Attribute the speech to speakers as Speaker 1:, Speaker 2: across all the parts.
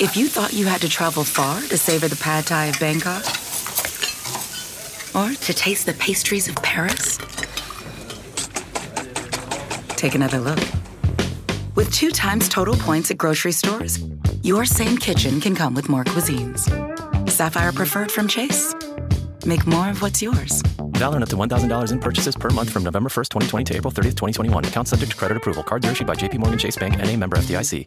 Speaker 1: If you thought you had to travel far to savor the pad thai of Bangkok, or to taste the pastries of Paris, take another look. With two times total points at grocery stores, your same kitchen can come with more cuisines. Sapphire Preferred from Chase. Make more of what's yours.
Speaker 2: Valid on up to $1,000 in purchases per month from November 1st, 2020 to April 30th, 2021. Account subject to credit approval. Cards are issued by JPMorgan Chase Bank and a member FDIC.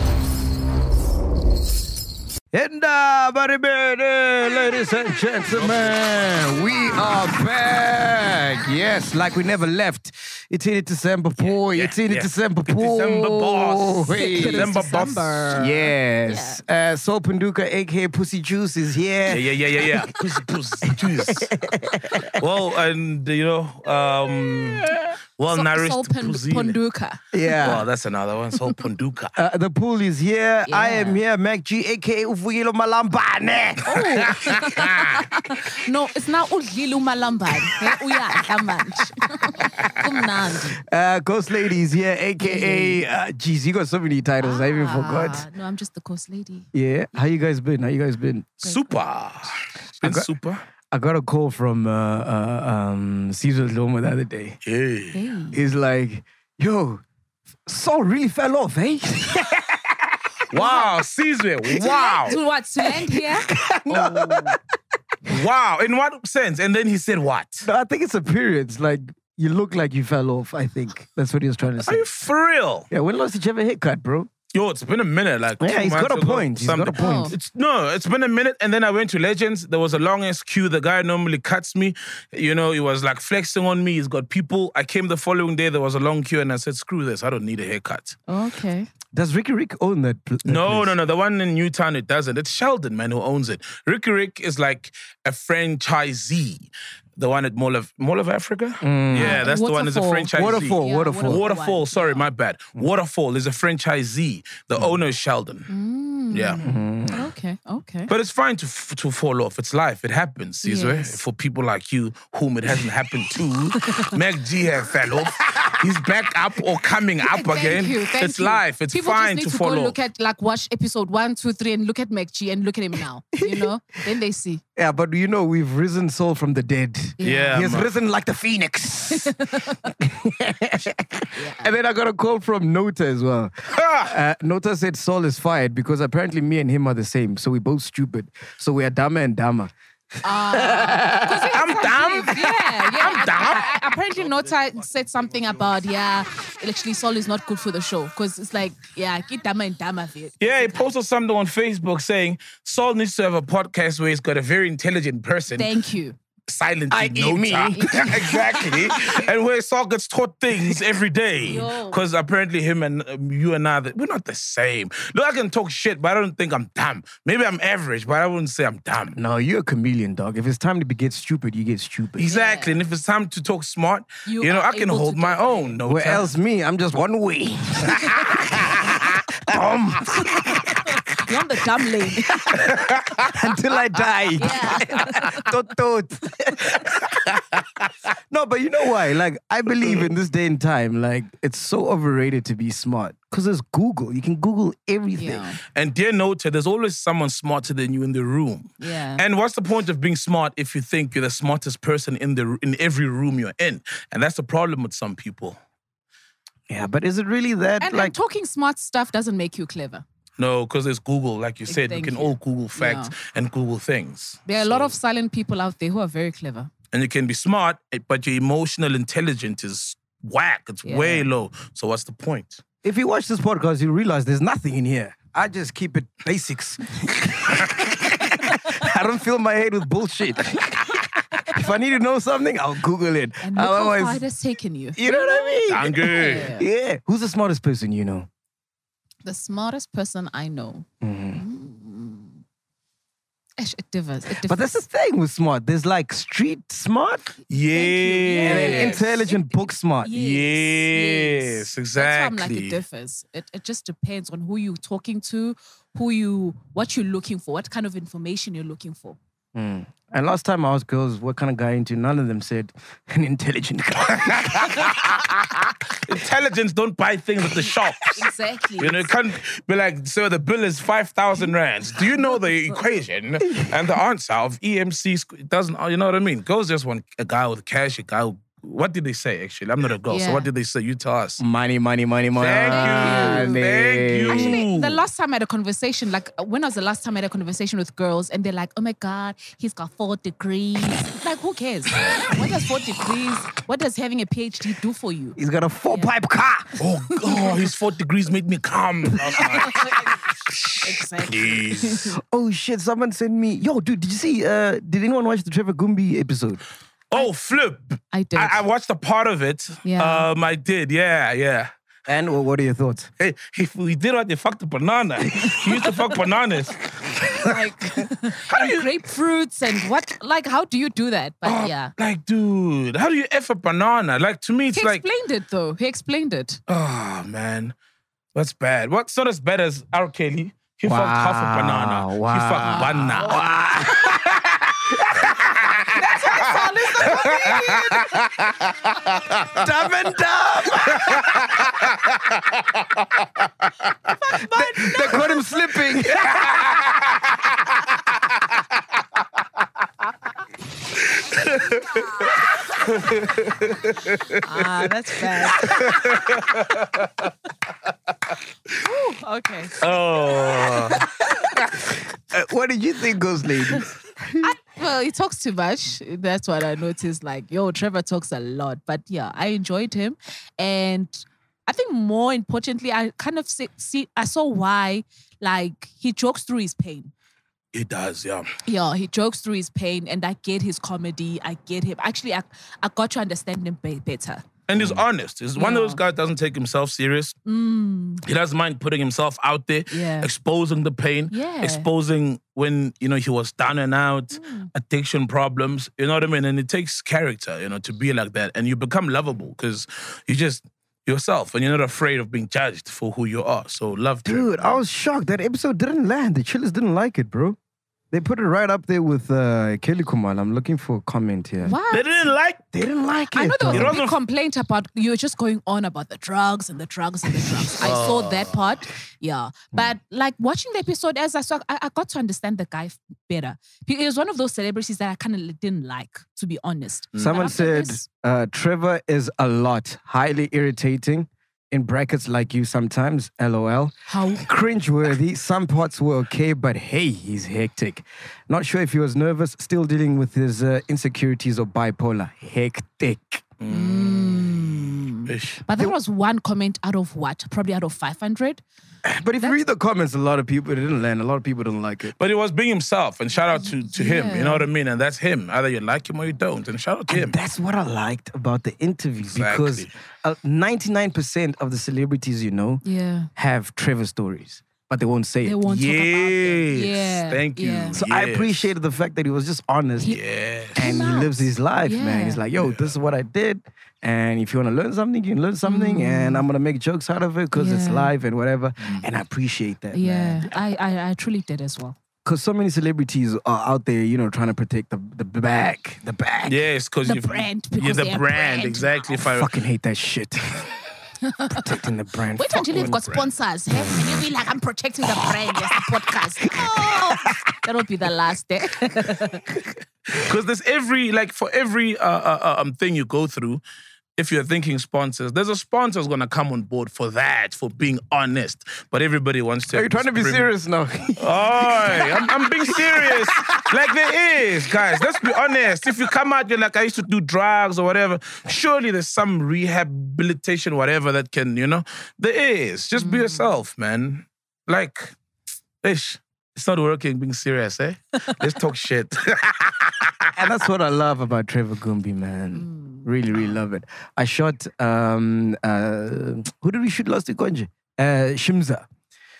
Speaker 3: Hinda, uh, buddy, buddy, ladies and gentlemen, we are back. Yes, like we never left. It's in December, boy. it's in December, boy.
Speaker 4: December, boss.
Speaker 3: Hey.
Speaker 4: December, boss.
Speaker 3: Yes. Uh, Soap and Duca, aka Pussy Juice, is here.
Speaker 4: Yeah, yeah, yeah, yeah, yeah. Puss, puss, juice. well, and you know, um, well
Speaker 5: Sol-
Speaker 4: nourished
Speaker 5: Sol Pond-
Speaker 4: cuisine.
Speaker 5: Ponduka.
Speaker 4: Well,
Speaker 3: Yeah.
Speaker 4: that's another one. Soul ponduka.
Speaker 3: Uh, the pool is here. I
Speaker 5: Yeah.
Speaker 3: am here, Mac G, aka Ufuyelo Malambane.
Speaker 5: No, it's now udlile umalambane. Yeah, uyadla manje. Kumnandi.
Speaker 3: Uh, Ghost Lady is here, aka. Uh, geez, you got so many titles, I even forgot.
Speaker 5: Ah, No, I'm just the coast lady.
Speaker 3: Yeah. How you guys been? How you guys been?
Speaker 4: super. It's been
Speaker 3: got-
Speaker 4: super.
Speaker 3: I got a call from uh, uh, um, Caesar Loma the other day.
Speaker 4: Yeah.
Speaker 3: He's like, yo, Saul really fell off, eh?
Speaker 4: Wow, Caesar. Wow.
Speaker 5: To what? To end here?
Speaker 4: Wow. In what sense? And then he said, What?
Speaker 3: no, I think it's appearance. Like, you look like you fell off, I think. That's what he was trying to
Speaker 4: Are
Speaker 3: say.
Speaker 4: you for real?
Speaker 3: Yeah, when last did you have a haircut, bro?
Speaker 4: Yo, it's been a minute. Like,
Speaker 3: Yeah,
Speaker 4: two
Speaker 3: he's got
Speaker 4: months
Speaker 3: a
Speaker 4: ago,
Speaker 3: point. He's got a
Speaker 4: something.
Speaker 3: point.
Speaker 5: Oh.
Speaker 4: It's no, it's been a minute, and then I went to Legends. There was a long ass queue. The guy normally cuts me. You know, he was like flexing on me. He's got people. I came the following day. There was a long queue, and I said, "Screw this! I don't need a haircut."
Speaker 5: Okay.
Speaker 3: Does Ricky Rick own that? pl- that
Speaker 4: No,
Speaker 3: place?
Speaker 4: no, no. The one in Newtown, it doesn't. It's Sheldon, man, who owns it. Ricky Rick is like a franchisee. The one at Mall of Mall of Africa. Yeah, that's the one. Is a
Speaker 5: Waterfall.
Speaker 3: Mm.
Speaker 4: franchisee.
Speaker 3: Ah, Waterfall, Mm.
Speaker 5: Yeah,
Speaker 3: waterfall.
Speaker 5: waterfall.
Speaker 4: Waterfall, sorry, my bad. Waterfall is a franchisee. The
Speaker 3: Mm.
Speaker 4: owner is
Speaker 5: Mm.
Speaker 4: Sheldon. Yeah.
Speaker 3: Mm-hmm.
Speaker 5: Okay. Okay.
Speaker 4: But it's fine to f- to fall off. It's life. It happens, Caesar.
Speaker 5: Yes.
Speaker 4: For people like you, whom it hasn't happened to, Mac G have fell off. He's back up or coming up
Speaker 5: Thank
Speaker 4: again.
Speaker 5: you, thank
Speaker 4: it's
Speaker 5: you.
Speaker 4: life. It's
Speaker 5: People
Speaker 4: fine
Speaker 5: just need
Speaker 4: to,
Speaker 5: to,
Speaker 4: fall
Speaker 5: go
Speaker 4: off.
Speaker 5: look at like watch episode one, two, three, and look at McGee and look at him now. You know, then they see.
Speaker 3: Yeah, but you know, we've risen Saul from the dead.
Speaker 4: yeah,
Speaker 3: he has
Speaker 4: man.
Speaker 3: risen like the phoenix. And then I got a call from Nota as well. Uh, Nota said Saul is fired because apparently me and him are the same. So we're both stupid. So we are dumber and dumber.
Speaker 4: I'm dumb.
Speaker 5: Yeah, yeah.
Speaker 4: I'm dumb.
Speaker 5: A- Apparently, Nota said something about yeah. Actually, Saul is not good for the show because it's like yeah, get dama and dama it.
Speaker 4: Yeah, he posted something on Facebook saying Saul needs to have a podcast where he's got a very intelligent person
Speaker 5: Thank you.
Speaker 4: silently note her. exactly. and where Saul gets taught things every day.
Speaker 5: Yo.
Speaker 4: Because apparently him and um, you and I, th- we're not the same. Look, I can talk shit, but I don't think I'm dumb. Maybe I'm average, but I wouldn't say I'm dumb.
Speaker 3: No, you're a chameleon, dog. If it's time to be- get stupid, you get stupid.
Speaker 4: Exactly. And if it's time to talk smart, you,
Speaker 5: You
Speaker 4: know,
Speaker 5: are
Speaker 4: I can
Speaker 5: able to
Speaker 4: hold my
Speaker 5: do it.
Speaker 4: own. No
Speaker 3: Where
Speaker 4: time.
Speaker 3: else me? I'm just one way. Dumb.
Speaker 5: You're on the dumb lane.
Speaker 3: Until I die. Tot, tot. no, but you know why? Like, I believe in this day and time, like, it's so overrated to be smart. Because there's Google. You can Google everything.
Speaker 5: Yeah.
Speaker 4: And dear Nota, there's always someone smarter than you in the room.
Speaker 5: Yeah.
Speaker 4: And what's the point of being smart if you think you're the smartest person in the in every room you're in? And that's the problem with some people.
Speaker 3: Yeah, but is it really that
Speaker 5: And,
Speaker 3: like
Speaker 5: and talking smart stuff doesn't make you clever.
Speaker 4: No, because there's Google, like you said, we
Speaker 5: Thank
Speaker 4: can
Speaker 5: you.
Speaker 4: all Google facts
Speaker 5: Yeah.
Speaker 4: and Google things.
Speaker 5: There are a lot of silent people out there who are very clever.
Speaker 4: And you can be smart, eh, but your emotional intelligence is whack. It's
Speaker 5: Yeah.
Speaker 4: way low. So what's the point?
Speaker 3: If you watch this podcast, you realize there's nothing in here. I just keep it basics. I don't fill my head with bullshit. if I need to know something, I'll Google it.
Speaker 5: And look how far it
Speaker 3: Otherwise,
Speaker 5: has taken you.
Speaker 3: you know what I mean?
Speaker 4: I'm good.
Speaker 5: Yeah.
Speaker 3: Yeah. Who's the smartest person you know?
Speaker 5: The smartest person I know. Mm. Ish, It differs. It differs.
Speaker 3: But that's the thing with smart. There's like street smart and then
Speaker 4: Yeah.
Speaker 5: Yes.
Speaker 3: intelligent book smart.
Speaker 4: Yes,
Speaker 5: That's why I'm like
Speaker 4: exactly.
Speaker 5: it differs. It, it just depends on who you're talking to, who you, what you're looking for, what kind of information you're looking for.
Speaker 3: And last time I asked girls what kind of guy into, none of them said an intelligent guy.
Speaker 4: Intelligence don't buy things at the shops.
Speaker 5: Exactly.
Speaker 4: You know, you can't be like, so the bill is 5,000 rands. Do you know the equation and the answer of EMC? squ- It doesn't, you know what I mean? Girls just want a guy with cash, a guy. Who, what did they say, actually? I'm not a girl, so
Speaker 5: Yeah.
Speaker 4: what did they say? You tell us.
Speaker 3: money, money, money, money.
Speaker 4: Thank you. Thank you.
Speaker 5: Actually, the last time I had a conversation, like uh, when was the last time I had a conversation with girls and they're like, oh my God, he's got four degrees. It's like, who cares? what does four degrees, what does having a PhD do for you?
Speaker 3: He's got a four pipe car.
Speaker 4: Oh, God, his four degrees made me calm. I was like,
Speaker 5: exactly.
Speaker 4: Please.
Speaker 3: Oh shit, someone sent me. Yo, dude, did you see? Uh, did anyone watch the Trevor Goombi episode?
Speaker 4: Oh, flip.
Speaker 5: I did.
Speaker 4: I, I watched a part of it.
Speaker 5: Yeah.
Speaker 4: Um, I did, yeah, yeah.
Speaker 3: And wh- what are your thoughts?
Speaker 4: Hey, he, he did what they fucked a banana. he used to fuck bananas.
Speaker 5: like and grapefruits and what like how do you do that? But
Speaker 4: Oh,
Speaker 5: yeah.
Speaker 4: Like, dude, how do you F a banana? Like, to me, it's
Speaker 5: He
Speaker 4: like,
Speaker 5: explained it though. He explained it.
Speaker 4: oh, man, that's bad. What's not as bad as R. Kelly? He fucked half a banana. He
Speaker 3: wow.
Speaker 4: fucked banana.
Speaker 3: Dumb and dumb. they, they caught him slipping.
Speaker 5: Ah, that's bad. Ooh, okay.
Speaker 4: Oh,
Speaker 3: Uh, what did you think, Ghost Lady?
Speaker 5: Well, he talks too much. That's what I noticed. Like, yo, Trevor talks a lot. But yeah, I enjoyed him. And I think more importantly, I kind of see, see I saw why like he jokes through his pain.
Speaker 4: he does, yeah.
Speaker 5: Yeah, he jokes through his pain, and I get his comedy. I get him. Actually, I, I got to understand him be- better.
Speaker 4: And he's honest. He's one of
Speaker 5: Yeah.
Speaker 4: those guys that doesn't take himself serious.
Speaker 5: Mm.
Speaker 4: He doesn't mind putting himself out there,
Speaker 5: Yeah.
Speaker 4: exposing the pain,
Speaker 5: Yeah.
Speaker 4: exposing when you know he was down and out, addiction problems. You know what I mean? And it takes character, you know, to be like that, and you become lovable because you just yourself, and you're not afraid of being judged for who you are. So love, Drake.
Speaker 3: Dude, I was shocked. That episode didn't land. The chillers didn't like it, bro. They put it right up there with uh, Kelly Kumal. I'm looking for a comment here.
Speaker 5: What?
Speaker 4: They didn't like.
Speaker 3: They didn't like it.
Speaker 5: I know there was
Speaker 4: It
Speaker 5: a
Speaker 4: wasn't-
Speaker 5: big complaint about you were just going on about the drugs and the drugs and the drugs. I saw that part. Yeah. But like watching the episode as I saw, I, I got to understand the guy f- better. He was one of those celebrities that I kind of didn't like, to be honest.
Speaker 3: Someone
Speaker 5: But after
Speaker 3: said
Speaker 5: this-
Speaker 3: uh, Trevor is a lot, highly irritating, in brackets like you sometimes, lol.
Speaker 5: How
Speaker 3: Cringeworthy, some parts were okay, but hey, he's hectic. Not sure if he was nervous, still dealing with his uh, insecurities or bipolar. Hectic.
Speaker 4: Ish.
Speaker 5: but that was one comment out of what? Probably out of 500.
Speaker 3: But if you read the comments, a lot of people it didn't land. A lot of people didn't like it.
Speaker 4: But he was being himself, and shout out to, to him. You
Speaker 5: Yeah.
Speaker 4: know what I mean? And that's him. Either you like him or you don't. And shout out to him.
Speaker 3: That's what I liked about the interview because
Speaker 4: Exactly.
Speaker 3: uh, 99% of the celebrities you know
Speaker 5: Yeah.
Speaker 3: have Trevor stories, but they won't say
Speaker 5: They
Speaker 3: it.
Speaker 5: won't talk about them.
Speaker 4: Yes,
Speaker 5: Yeah.
Speaker 4: thank you.
Speaker 5: yeah.
Speaker 3: So I
Speaker 4: Yes.
Speaker 3: appreciated the fact that he was just honest.
Speaker 4: Yeah.
Speaker 3: And he lives his life, man.
Speaker 5: Yeah.
Speaker 3: He's like, yo, this is what I did. And if you want to learn something, you can learn something. And I'm going to make jokes out of it because it's
Speaker 5: Mm. Yeah.
Speaker 3: live and whatever.
Speaker 4: Mm.
Speaker 3: And I appreciate that.
Speaker 5: Yeah. I, I, I truly did as well.
Speaker 3: Because so many celebrities are out there, you know, trying to protect the, the back, the back.
Speaker 4: Yes, because
Speaker 5: The
Speaker 4: you've
Speaker 5: brand,
Speaker 4: yeah,
Speaker 5: because
Speaker 4: the
Speaker 5: they
Speaker 4: brand,
Speaker 5: are brand
Speaker 4: exactly. If
Speaker 3: I
Speaker 4: I
Speaker 3: fucking hate that shit. Protecting the brand.
Speaker 5: Wait
Speaker 3: Fuck
Speaker 5: until
Speaker 3: when-
Speaker 5: you've got sponsors. eh? And you'll be like, I'm protecting the brand as a podcast. Oh, that'll be the last eh? day.
Speaker 4: because there's every like for every uh, uh, uh, um thing you go through, if you're thinking sponsors, there's a sponsor's gonna come on board for that, for being honest. But everybody wants to.
Speaker 3: Are you trying to be
Speaker 4: experiment-
Speaker 3: serious now?
Speaker 4: Oi, I'm, I'm being serious. like there is, guys. Let's be honest. If you come out, you're like, I used to do drugs or whatever. Surely there's some rehabilitation, whatever that can, you know. There is. Just be yourself, man. Like, ish. It's not working being serious, eh? Let's talk shit.
Speaker 3: and that's what I love about Trevor Goombi,
Speaker 5: Mm.
Speaker 3: man. Really, really love it. I shot um uh who did we shoot last week, Konji? Uh Shimza.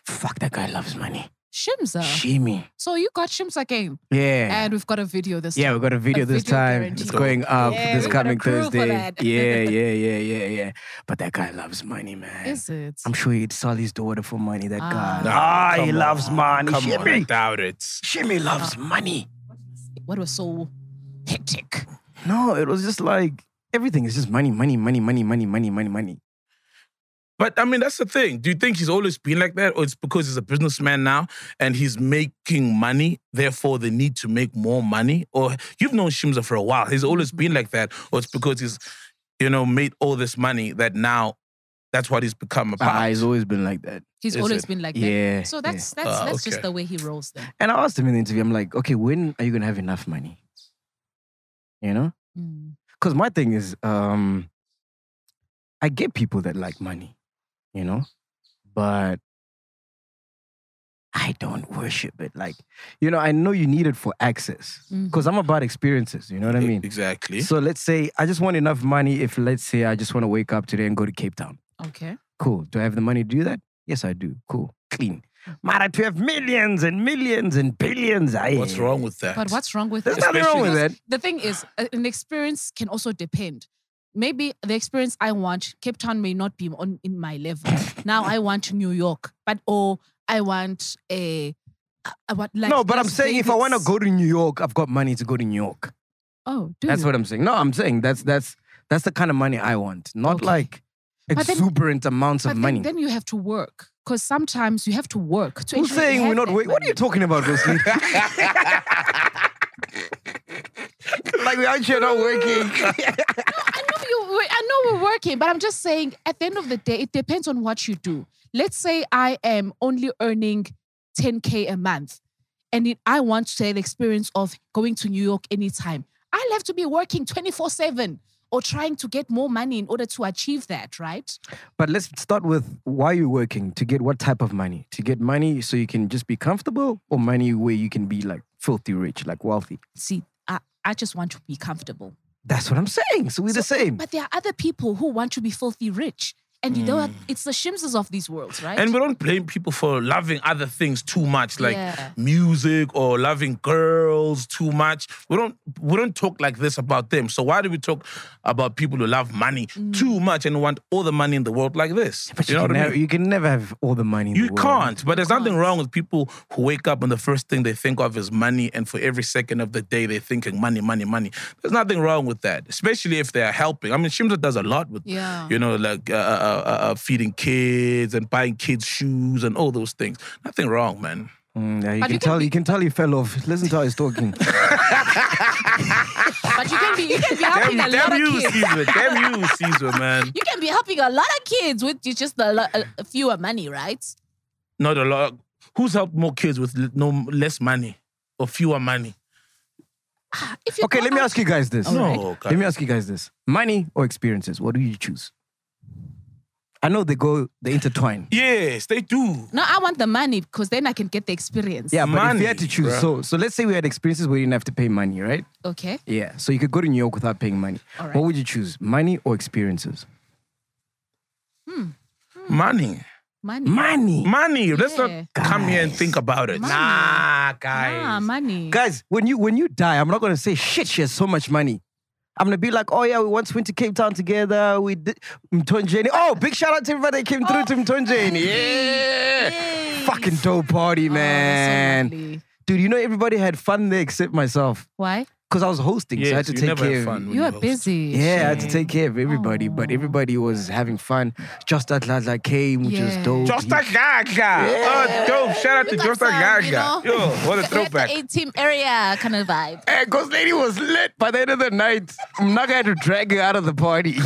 Speaker 3: Fuck that guy loves money.
Speaker 5: Shimza.
Speaker 3: Shimi.
Speaker 5: uh, so you got Shimza game.
Speaker 3: Yeah.
Speaker 5: And we've got a video this
Speaker 3: yeah, we got a video this
Speaker 5: video
Speaker 3: time.
Speaker 5: guarantee.
Speaker 3: It's going up
Speaker 5: Yeah,
Speaker 3: this
Speaker 5: we got a
Speaker 3: coming
Speaker 5: crew for
Speaker 3: Thursday.
Speaker 5: that.
Speaker 3: Yeah, yeah, yeah, yeah, yeah. But that guy loves money, man.
Speaker 5: Is it?
Speaker 3: I'm sure he'd sell his daughter for money, that guy.
Speaker 4: Ah,
Speaker 3: he loves money.
Speaker 4: Come on, I
Speaker 3: Shimi.
Speaker 4: doubt it.
Speaker 3: Shimi loves
Speaker 5: Ah.
Speaker 3: money.
Speaker 5: What was so hectic?
Speaker 3: No, it was just like everything is just money, money, money, money, money, money, money, money.
Speaker 4: But I mean, that's the thing. Do you think he's always been like that, or it's because he's a businessman now and he's making money, therefore they need to make more money? Or you've known Shimza for a while, he's always
Speaker 3: Mm-hmm.
Speaker 4: been like that, or it's because he's, you know, made all this money that now that's what he's become about.
Speaker 3: Ah, he's always been like that.
Speaker 5: He's
Speaker 4: Is
Speaker 5: always
Speaker 4: it?
Speaker 5: been like that.
Speaker 3: Yeah,
Speaker 5: So
Speaker 3: yeah.
Speaker 5: that's that's
Speaker 4: Ah,
Speaker 5: that's
Speaker 4: okay.
Speaker 5: just the way he rolls them.
Speaker 3: And I asked him in the interview, I'm like, okay, when are you gonna have enough money? You know?
Speaker 5: Mm.
Speaker 3: Because my thing is, um, I get people that like money, you know, but I don't worship it. Like, you know, I know you need it for access.
Speaker 5: Mm-hmm.
Speaker 3: Because I'm about experiences, you know what I mean?
Speaker 4: exactly.
Speaker 3: So let's say I just want enough money if let's say I just want to wake up today and go to Cape Town.
Speaker 5: Okay.
Speaker 3: Cool. Do I have the money to do that? Yes, I do. Cool. Clean. Mara, to have millions and millions and billions. I
Speaker 4: What's wrong with that?
Speaker 5: But what's wrong with
Speaker 3: There's
Speaker 5: that?
Speaker 3: nothing wrong with
Speaker 5: Because
Speaker 3: it.
Speaker 5: The thing is, a- an experience can also depend. Maybe the experience I want, Cape Town may not be on in my level. now I want New York, but or I want a, I- I want like
Speaker 3: no, but I'm
Speaker 5: Las
Speaker 3: saying if I want to
Speaker 5: Vegas.
Speaker 3: go to New York, I've got money to go to New York.
Speaker 5: oh, do
Speaker 3: That's
Speaker 5: you?
Speaker 3: what I'm saying. No, I'm saying that's that's that's the kind of money I want, not
Speaker 5: Okay.
Speaker 3: like
Speaker 5: But then-
Speaker 3: exuberant amounts
Speaker 5: but
Speaker 3: of
Speaker 5: then,
Speaker 3: money.
Speaker 5: then you have to work because sometimes you have to work. To
Speaker 3: Who's
Speaker 5: actually
Speaker 3: saying we're
Speaker 5: have
Speaker 3: not?
Speaker 5: that
Speaker 3: Wait, what are you
Speaker 5: money.
Speaker 3: talking about, Wesley? like we actually are not working.
Speaker 5: I know you. we- I know we're working, but I'm just saying. At the end of the day, it depends on what you do. Let's say I am only earning 10k a month, and it, I want to have experience of going to New York anytime. I'll have to be working 24 seven or trying to get more money in order to achieve that, right?
Speaker 3: But let's start with why you're working to get what type of money? To get money so you can just be comfortable, or money where you can be like filthy rich, like wealthy.
Speaker 5: See, I, I just want to be comfortable.
Speaker 3: That's what I'm saying. So we're the same.
Speaker 5: But there are other people who want to be filthy rich, and you know what? It's the shimses of these worlds, right?
Speaker 4: Mm. And we don't blame people for loving other things too much, like
Speaker 5: Yeah.
Speaker 4: music or loving girls too much. We don't we don't talk like this about them. So why do we talk about people who love money
Speaker 5: Mm.
Speaker 4: too much and want all the money in the world like this?
Speaker 3: But you, can never, you can never have all the money. In
Speaker 4: You
Speaker 3: the world.
Speaker 4: can't, but there's nothing wrong with people who wake up and the first thing they think of is money, and for every second of the day they're thinking money, money, money. There's nothing wrong with that, especially if they're helping. I mean, Shimza does a lot with,
Speaker 5: Yeah.
Speaker 4: you know, like uh, uh, uh, uh, feeding kids and buying kids shoes and all those things. Nothing wrong, man.
Speaker 3: Mm, yeah, you
Speaker 5: But
Speaker 3: can
Speaker 5: you can
Speaker 3: tell.
Speaker 5: be-
Speaker 3: you can tell he fell off. Listen to how he's talking.
Speaker 5: but you can be, you can be helping a lot
Speaker 4: damn
Speaker 5: of
Speaker 4: you,
Speaker 5: kids.
Speaker 4: Caesar. Damn you, Caesar, man.
Speaker 5: You can be helping a lot of kids with ju- just a, lo- a fewer money, right?
Speaker 4: Not a lot. Who's helped more kids with l- no less money or fewer money?
Speaker 5: If you
Speaker 3: okay,
Speaker 5: go
Speaker 3: let me
Speaker 5: out-
Speaker 3: ask you guys this.
Speaker 4: No, Alright. okay.
Speaker 3: let me ask you guys this: money or experiences? What do you choose? I know they go, they intertwine.
Speaker 4: Yes, they do.
Speaker 5: No, I want the money because then I can get the experience.
Speaker 3: Yeah, but if
Speaker 4: Money,
Speaker 3: you had to choose,
Speaker 4: bruh.
Speaker 3: so so let's say we had experiences where you didn't have to pay money, right?
Speaker 5: Okay.
Speaker 3: Yeah. So you could go to New York without paying money.
Speaker 5: Alright.
Speaker 3: What would you choose, money or experiences?
Speaker 4: Money.
Speaker 5: Money.
Speaker 3: Money.
Speaker 4: Money. Let's
Speaker 5: Hmm. Yeah.
Speaker 4: not come here and think about it.
Speaker 5: Money.
Speaker 4: Nah, guys.
Speaker 5: Ah, money.
Speaker 3: Guys, when you when you die, I'm not gonna say shit. She has so much money. I'm gonna be like, oh yeah, we once went to Cape Town together. We did Mtonjeni. Oh, big shout out to everybody that came through to
Speaker 5: Oh,
Speaker 3: Mtonjeni. Yeah,
Speaker 5: Yay.
Speaker 3: fucking dope party,
Speaker 5: Oh, that's so
Speaker 3: man.
Speaker 5: lovely.
Speaker 3: Dude, you know everybody had fun there except myself
Speaker 5: Why?
Speaker 3: because I was hosting, so I had to
Speaker 4: you
Speaker 3: take
Speaker 4: never
Speaker 3: care.
Speaker 4: have
Speaker 3: of-
Speaker 4: fun when
Speaker 5: You are
Speaker 4: host.
Speaker 5: busy.
Speaker 3: Yeah, I had to
Speaker 5: Shane.
Speaker 3: take care of everybody, but everybody was having fun. Just that lad that came, which
Speaker 5: Yeah.
Speaker 3: was dope.
Speaker 4: Just a Gaga. Oh, dope. Shout out to
Speaker 5: Look
Speaker 4: Just a
Speaker 5: up some,
Speaker 4: Gaga.
Speaker 5: you know?
Speaker 4: Yo, what a
Speaker 5: Like
Speaker 4: throwback.
Speaker 5: the 18 area kind of vibe.
Speaker 3: Because Eh, lady was lit by the end of the night. I'm not going to drag her out of the party.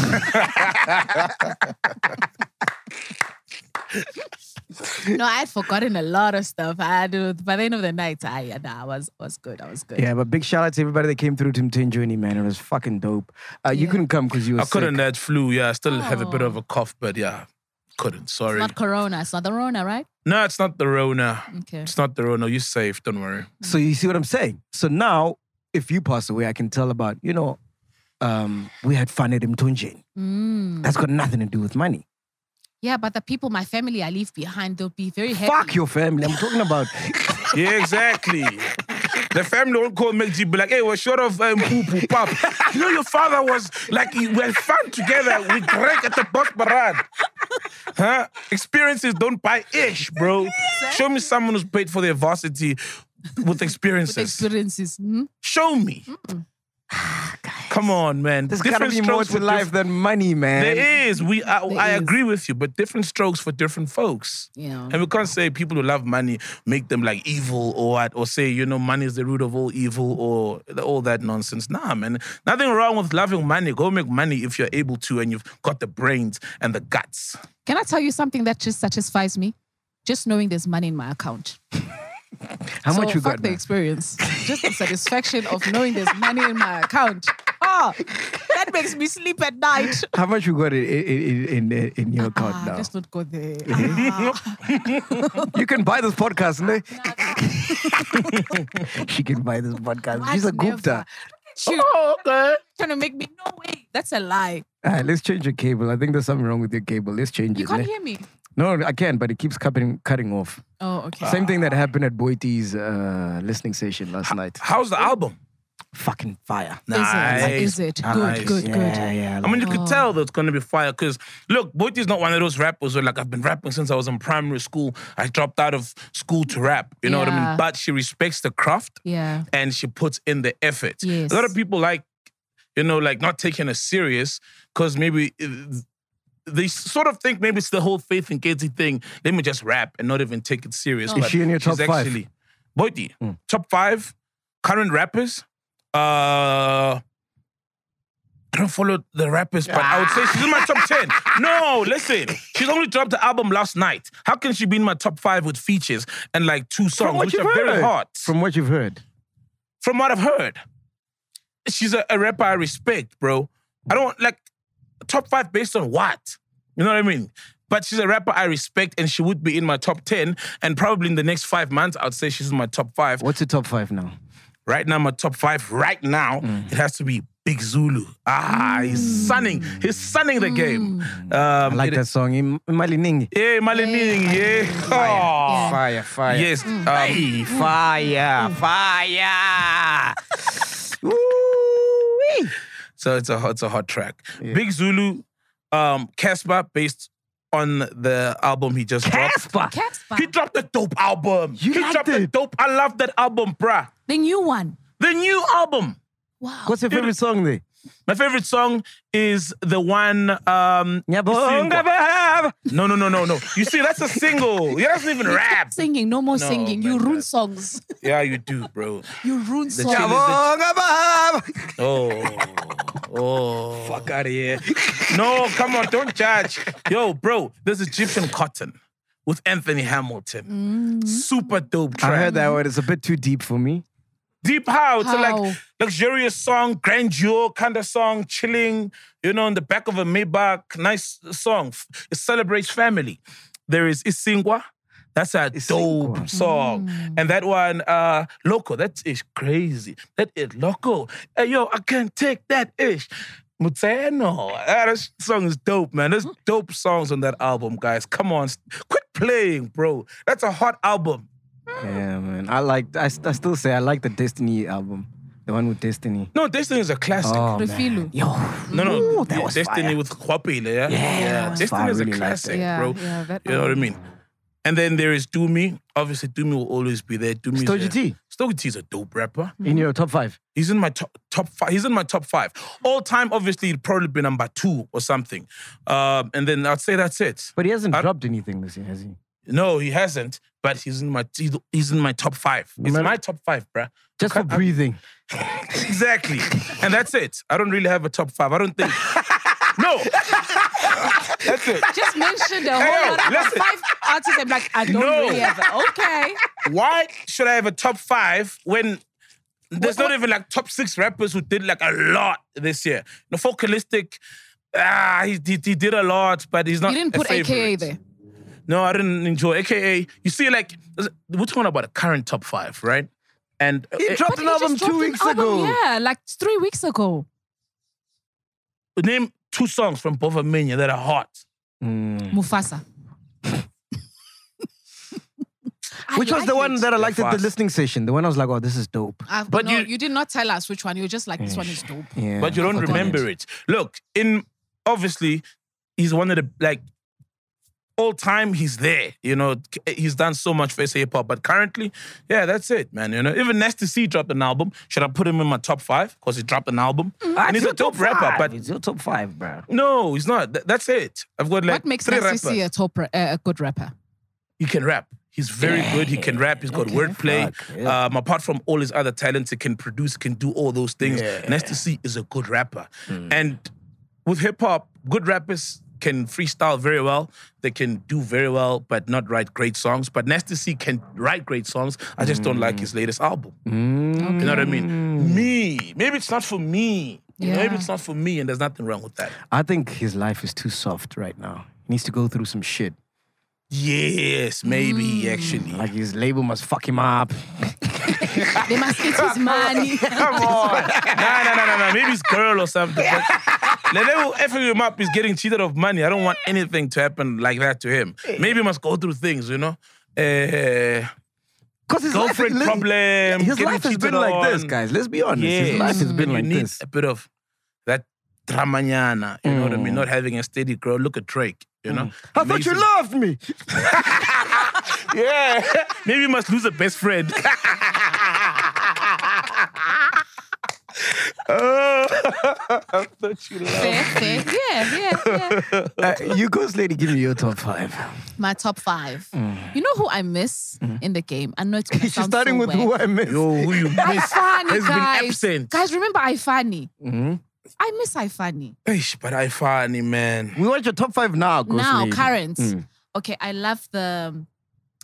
Speaker 5: No, I had forgotten a lot of stuff. I had to- by the end of the night, I yeah, nah, I was was good. I was good.
Speaker 3: yeah, but big shout out to everybody that came through to Mtain Journey, man. It was fucking dope. Uh, You couldn't come because you were
Speaker 4: I couldn't
Speaker 3: sick.
Speaker 4: that flu. Yeah, I still have a bit of a cough, but yeah, couldn't. Sorry.
Speaker 5: Not corona. It's not the Rona, right?
Speaker 4: no, it's not the Rona.
Speaker 5: Okay.
Speaker 4: It's not the Rona. You're safe. Don't worry.
Speaker 3: So you see what I'm saying? So now, if you pass away, I can tell about, you know, um, we had fun at Mtunjeni.
Speaker 5: Mm.
Speaker 3: That's got nothing to do with money.
Speaker 5: Yeah, but the people, my family, I leave behind, they'll be very happy.
Speaker 3: Fuck your family. I'm talking about
Speaker 4: Yeah, exactly. The family won't call me be like, hey, we're short of um, poo poo pop. You know, your father was like, we had fun together. We drank at the Bos Baran. Huh? Experiences don't buy ish, bro. Show me someone who's paid for their varsity with experiences.
Speaker 5: Good experiences. Mhm.
Speaker 4: Show me. Come on, man.
Speaker 3: Ah, there's gotta be more
Speaker 4: strokes
Speaker 3: to
Speaker 4: for
Speaker 3: life
Speaker 4: different-
Speaker 3: than money, man.
Speaker 4: There is. We. I,
Speaker 5: There
Speaker 4: I
Speaker 5: is.
Speaker 4: agree with you, but different strokes for different folks.
Speaker 5: Yeah.
Speaker 4: And we can't say people who love money make them like evil or what, or say you know money is the root of all evil or all that nonsense. Nah, man. Nothing wrong with loving money. Go make money if you're able to and you've got the brains and the guts.
Speaker 5: Can I tell you something that just satisfies me? Just knowing there's money in my account.
Speaker 3: How
Speaker 5: so
Speaker 3: much you
Speaker 5: fuck
Speaker 3: got?
Speaker 5: the
Speaker 3: now?
Speaker 5: experience. Just the satisfaction of knowing there's money in my account. Oh, that makes me sleep at night.
Speaker 3: How much you got in in in, in, in your account
Speaker 5: Ah,
Speaker 3: now?
Speaker 5: let's not go there. Ah.
Speaker 3: You can buy this podcast, no? she can buy this podcast.
Speaker 5: Ah, What?
Speaker 3: She's a
Speaker 5: Never.
Speaker 3: Gupta.
Speaker 5: Shoot.
Speaker 4: Oh, okay.
Speaker 5: trying to make me. No way. That's a lie.
Speaker 3: Ah, let's change your cable. I think there's something wrong with your cable. Let's change
Speaker 5: You
Speaker 3: it.
Speaker 5: can't
Speaker 3: ne?
Speaker 5: hear me.
Speaker 3: No, I can, but it keeps cutting cutting off.
Speaker 5: Oh, okay.
Speaker 3: Same thing that happened at Boiti's uh, listening session last night.
Speaker 4: How's the album?
Speaker 3: Fucking fire.
Speaker 5: Is it? Is it? Good, good, good.
Speaker 3: Yeah, yeah.
Speaker 4: I mean, you
Speaker 5: Oh.
Speaker 4: could tell that it's gonna be fire because look, Boiti is not one of those rappers where like I've been rapping since I was in primary school. I dropped out of school to rap. You know what I
Speaker 5: Yeah.
Speaker 4: mean? But she respects the craft
Speaker 5: Yeah.
Speaker 4: and she puts in the effort.
Speaker 5: Yes.
Speaker 4: A lot of people like, you know, like not taking us serious because maybe uh, they sort of think maybe it's the whole Faith and Katie thing. Let me just rap and not even take it serious.
Speaker 3: Is
Speaker 4: But
Speaker 3: she in your
Speaker 4: she's
Speaker 3: top five? Hmm.
Speaker 4: Actually, Boiti, top five current rappers. Uh, I don't follow the rappers, but I would say she's in my top 10. No, listen. She's only dropped the album last night. How can she be in my top five with features and like two songs, which are very hot?
Speaker 3: From what you've heard.
Speaker 4: from what I've heard, she's a, a rapper I respect, bro. I don't like top five based on what? You know what I mean? But she's a rapper I respect, and she would be in my top ten, and probably in the next five months, I'd say she's in my top five.
Speaker 3: What's your top five now?
Speaker 4: Right now, my top five. Right now,
Speaker 3: Mm.
Speaker 4: it has to be Big Zulu. Ah, he's sunning. He's sunning the game. Um,
Speaker 3: Mm. I like that song. Im- Imaliningi.
Speaker 4: Yeah, Malining. Yeah. Oh.
Speaker 3: Fire, fire.
Speaker 4: Yes. Um,
Speaker 3: fire, fire. Ooh-wee.
Speaker 4: So it's a hot- it's a hot track. Big Zulu, um, Casper, based on the album he just dropped.
Speaker 3: Casper.
Speaker 5: Casper.
Speaker 4: He dropped a dope album.
Speaker 3: You
Speaker 4: he
Speaker 3: liked
Speaker 4: dropped a
Speaker 3: it?
Speaker 4: dope. I love that album, bruh.
Speaker 5: The new one.
Speaker 4: The new album.
Speaker 5: Wow.
Speaker 3: What's your favorite song there?
Speaker 4: My favorite song is the one. Um, Isingwa. no, no, no, no, no. You see, that's a single. He doesn't even rap.
Speaker 5: singing? No more singing. You
Speaker 4: man,
Speaker 5: ruin
Speaker 4: that-
Speaker 5: songs.
Speaker 4: Yeah, you do, bro.
Speaker 5: You ruin songs.
Speaker 4: chill is-
Speaker 3: Yabongabahab.
Speaker 4: Oh, oh.
Speaker 3: Fuck out of here.
Speaker 4: No, come on, don't judge. Yo, bro, there's Egyptian Cotton with Anthony Hamilton. Super dope track.
Speaker 3: Mm. I heard that one. It's a bit too deep for me.
Speaker 4: Deep How. It's a
Speaker 5: How?
Speaker 4: like luxurious song, grandeur kind of song, chilling, you know, in the back of a Maybach. Nice song. F- It celebrates family. There is Isingwa. That's a dope
Speaker 3: Isingwa.
Speaker 4: song. And that one, uh, Loco, that is crazy. That is Loco. Hey, yo, I can't take that ish. Muteno. Ah, that song is dope, man. There's dope songs on that album, guys. Come on, s- quit playing, bro. That's a hot album.
Speaker 3: Yeah, man. I like. I, st- I still say I like the Destiny album, the one with Destiny.
Speaker 4: No, Destiny is a classic.
Speaker 3: Oh
Speaker 5: Refilu.
Speaker 3: man. Yo.
Speaker 4: No, no,
Speaker 3: Ooh, that was
Speaker 4: Destiny
Speaker 3: fire.
Speaker 4: with Kwapile, yeah?
Speaker 3: Yeah, that was
Speaker 4: Destiny
Speaker 3: fire. I
Speaker 4: is a
Speaker 3: really liked
Speaker 4: classic,
Speaker 5: that. Yeah,
Speaker 4: bro.
Speaker 5: yeah, that
Speaker 4: you know what I
Speaker 5: album.
Speaker 4: mean? And then there is Doomy. Obviously, Doomy will always be there. Doomy
Speaker 3: Stogie T.
Speaker 4: Stogie T is a dope rapper.
Speaker 3: in your top five.
Speaker 4: He's in my top, top five. He's in my top five. All time, obviously, he'd probably be number two or something. Um, and then I'd say that's it.
Speaker 3: But he hasn't
Speaker 4: I-
Speaker 3: dropped anything this year, has he?
Speaker 4: No, he hasn't. But he's in my he's- he's in my top five. He's
Speaker 3: matter-
Speaker 4: my top five, bruh.
Speaker 3: Just for breathing.
Speaker 4: Exactly. And that's it. I don't really have a top five. I don't think. no. That's it.
Speaker 5: Just mentioned a
Speaker 4: Hey,
Speaker 5: whole
Speaker 4: yo,
Speaker 5: lot of
Speaker 4: listen.
Speaker 5: five artists. I'm like, I don't
Speaker 4: No.
Speaker 5: really have. Okay.
Speaker 4: Why should I have a top five when there's
Speaker 5: Wha-
Speaker 4: not even like top six rappers who did like a lot this year? The Focalistic, ah, he, he, he did a lot, but he's not.
Speaker 5: You didn't
Speaker 4: a
Speaker 5: put AKA
Speaker 4: favorite.
Speaker 5: there.
Speaker 4: No, I didn't enjoy. AKA, you see, like we're talking about a current top five, right? And
Speaker 3: He
Speaker 4: eh,
Speaker 3: dropped an
Speaker 5: But he just
Speaker 3: album two
Speaker 5: dropped an
Speaker 3: weeks
Speaker 5: album,
Speaker 3: ago.
Speaker 5: Yeah, like three weeks ago.
Speaker 4: uh, name two songs from Bovamania that are hot. Hmm.
Speaker 5: Mufasa. I
Speaker 3: Which was the
Speaker 5: like
Speaker 3: one
Speaker 5: it.
Speaker 3: that I liked at the
Speaker 4: fast.
Speaker 3: listening session. The one I was like, oh, this is dope.
Speaker 5: I've-
Speaker 4: But
Speaker 5: no,
Speaker 4: you- Hmm.
Speaker 5: you, did not tell us which one. You were just like, this one is dope.
Speaker 3: Yeah,
Speaker 4: but you
Speaker 3: I
Speaker 4: don't
Speaker 3: forgot
Speaker 4: remember it. Look, in obviously, he's one of the like all time. He's there. You know, he's done so much for SA hip hop. But currently, yeah, that's it, man. You know, even Nasty C dropped an album. Should I put him in my top five because he dropped an album?
Speaker 5: Mm,
Speaker 3: Ah,
Speaker 4: and
Speaker 3: it's
Speaker 4: he's a
Speaker 3: your
Speaker 4: dope
Speaker 3: top
Speaker 4: rapper.
Speaker 3: five.
Speaker 4: But
Speaker 3: it's your top five, bro.
Speaker 4: no, he's not. Th- that's it. I've got like
Speaker 5: what makes
Speaker 4: three
Speaker 5: Nasty
Speaker 4: rappers.
Speaker 5: C a top, ra- uh, a good rapper?
Speaker 4: he can rap. He's very good. He can rap. He's got wordplay.
Speaker 3: fuck, yeah.
Speaker 4: Um, apart from all his other talents, he can produce, he can do all those things.
Speaker 3: Yeah. Hmm.
Speaker 4: Nasty C is a good rapper. And with hip hop, good rappers can freestyle very well. They can do very well, but not write great songs. But Nasty C can write great songs. I just don't
Speaker 3: Hmm.
Speaker 4: like his latest album.
Speaker 3: Mm.
Speaker 4: Hmm. You know what I mean? Me. Maybe it's not for me.
Speaker 5: Yeah.
Speaker 4: Maybe it's not for me, and there's nothing wrong with that.
Speaker 3: I think his life is too soft right now. He needs to go through some shit.
Speaker 4: Yes, maybe
Speaker 5: Hmm.
Speaker 4: actually.
Speaker 3: Like his label must fuck him up.
Speaker 5: They must eat his money.
Speaker 4: Come
Speaker 3: Oh.
Speaker 4: on. nah, nah, nah, nah, nah. Maybe it's girl or something. But the level effing him up is getting cheated of money. I don't want anything to happen like that to him. Maybe he must go through things, you know? Uh,
Speaker 3: Cause his life is
Speaker 4: Girlfriend
Speaker 3: lit-
Speaker 4: problem,
Speaker 3: His
Speaker 4: getting
Speaker 3: life has been
Speaker 4: cheated
Speaker 3: like this,
Speaker 4: on.
Speaker 3: guys. Let's be honest. His life has been
Speaker 4: you
Speaker 3: like
Speaker 4: need
Speaker 3: this.
Speaker 4: a bit of that dramanyana, you know what I mean? Not having a steady girl. Look at Drake, you know?
Speaker 3: Mm. I thought you
Speaker 4: Amazing.
Speaker 3: loved me.
Speaker 4: Yeah. Maybe you must lose a best friend. oh, I thought you loved
Speaker 5: fair, fair. Yeah, yeah, yeah.
Speaker 3: Uh, you go, lady. Give me your top five.
Speaker 5: My top five. You know who I miss in the game? I know it's gonna
Speaker 3: She's
Speaker 5: sound
Speaker 3: Mm. starting
Speaker 5: so
Speaker 3: with
Speaker 5: whack.
Speaker 3: who I miss.
Speaker 4: Yo, who you miss
Speaker 5: Ifani,
Speaker 4: has
Speaker 5: guys.
Speaker 4: been absent.
Speaker 5: Guys, remember Ifani?
Speaker 4: Mm-hmm.
Speaker 5: I miss Ifani.
Speaker 4: Eish, but Ifani, man.
Speaker 3: We want your top five now, Ghost
Speaker 5: now,
Speaker 3: lady.
Speaker 5: current.
Speaker 3: Mm.
Speaker 5: Okay, I love the. um,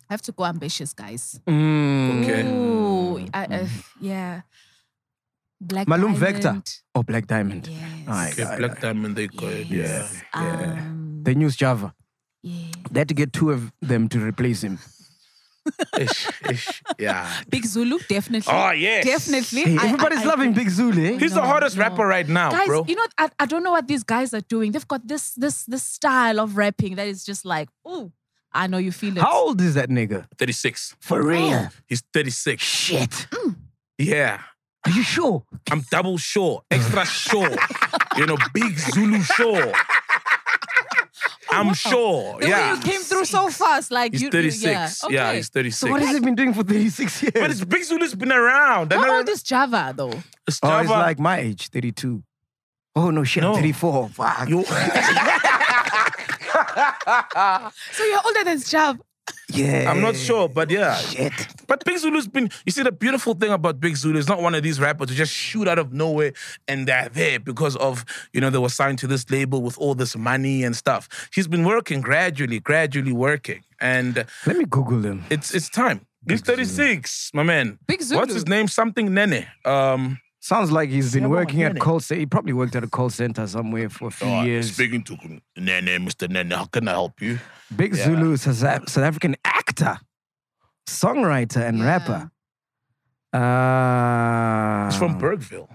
Speaker 5: I have to go ambitious, guys.
Speaker 3: Mm.
Speaker 4: Okay.
Speaker 5: Ooh, I, uh, yeah. Black
Speaker 3: Malum Vector
Speaker 5: Diamond.
Speaker 3: or Oh, Black Diamond.
Speaker 5: Yes.
Speaker 3: Aye.
Speaker 4: Okay, Black Diamond, they good.
Speaker 5: Yes. Um,
Speaker 3: They used Java.
Speaker 5: yeah.
Speaker 3: They had to get two of them to replace him.
Speaker 4: Yeah. Ish, ish, yeah.
Speaker 5: Big Zulu, definitely.
Speaker 4: Oh, yes.
Speaker 5: Definitely.
Speaker 3: Hey,
Speaker 5: I- I-
Speaker 3: everybody's
Speaker 5: I-
Speaker 3: loving Big Zulu.
Speaker 4: He's the
Speaker 5: No,
Speaker 4: hottest
Speaker 5: no.
Speaker 4: rapper right now,
Speaker 5: guys,
Speaker 4: bro.
Speaker 5: you know, I, I don't know what these guys are doing. They've got this this this style of rapping that is just like, ooh, I know you feel it.
Speaker 3: How old is that nigga?
Speaker 4: 36.
Speaker 3: For real.
Speaker 4: He's 36.
Speaker 3: Shit.
Speaker 5: Mm.
Speaker 4: Yeah.
Speaker 3: Are you sure?
Speaker 4: I'm double sure, extra sure. you know, big Zulu sure. I'm sure.
Speaker 5: Oh, The
Speaker 4: yeah.
Speaker 5: way you came through so fast, like
Speaker 4: He's
Speaker 5: you, you-
Speaker 4: 36.
Speaker 5: yeah, okay.
Speaker 4: Yeah, he's 36.
Speaker 3: So what has he been doing for 36 years?
Speaker 4: but it's Big Zulu's been around. I
Speaker 5: How
Speaker 4: never-
Speaker 5: old is Java though?
Speaker 4: It's
Speaker 3: oh, it's
Speaker 4: Java.
Speaker 3: like my age, 32. Oh, no shit,
Speaker 4: No.
Speaker 3: I'm 34. Fuck.
Speaker 4: You-
Speaker 5: So you're older than Java.
Speaker 3: yeah.
Speaker 4: I'm not sure, but yeah.
Speaker 3: Shit.
Speaker 4: But Big Zulu's been, you see, the beautiful thing about Big Zulu is not one of these rappers who just shoot out of nowhere and they're there because of, you know, they were signed to this label with all this money and stuff. He's been working gradually, gradually working. And
Speaker 3: Let me Google him.
Speaker 4: it's it's time. He's 36, my man.
Speaker 5: Big Zulu.
Speaker 4: What's his name? Something Nene. Um,
Speaker 3: Sounds like he's been
Speaker 4: Yeah, why,
Speaker 3: working at
Speaker 4: innit?
Speaker 3: call center. He probably worked at a call center somewhere for a few
Speaker 4: Oh,
Speaker 3: years.
Speaker 4: Speaking to Nene, Mr. Nene, how can I help you?
Speaker 3: Big Zulu is a South South African actor, songwriter, and rapper. Uh,
Speaker 4: He's from Bergville.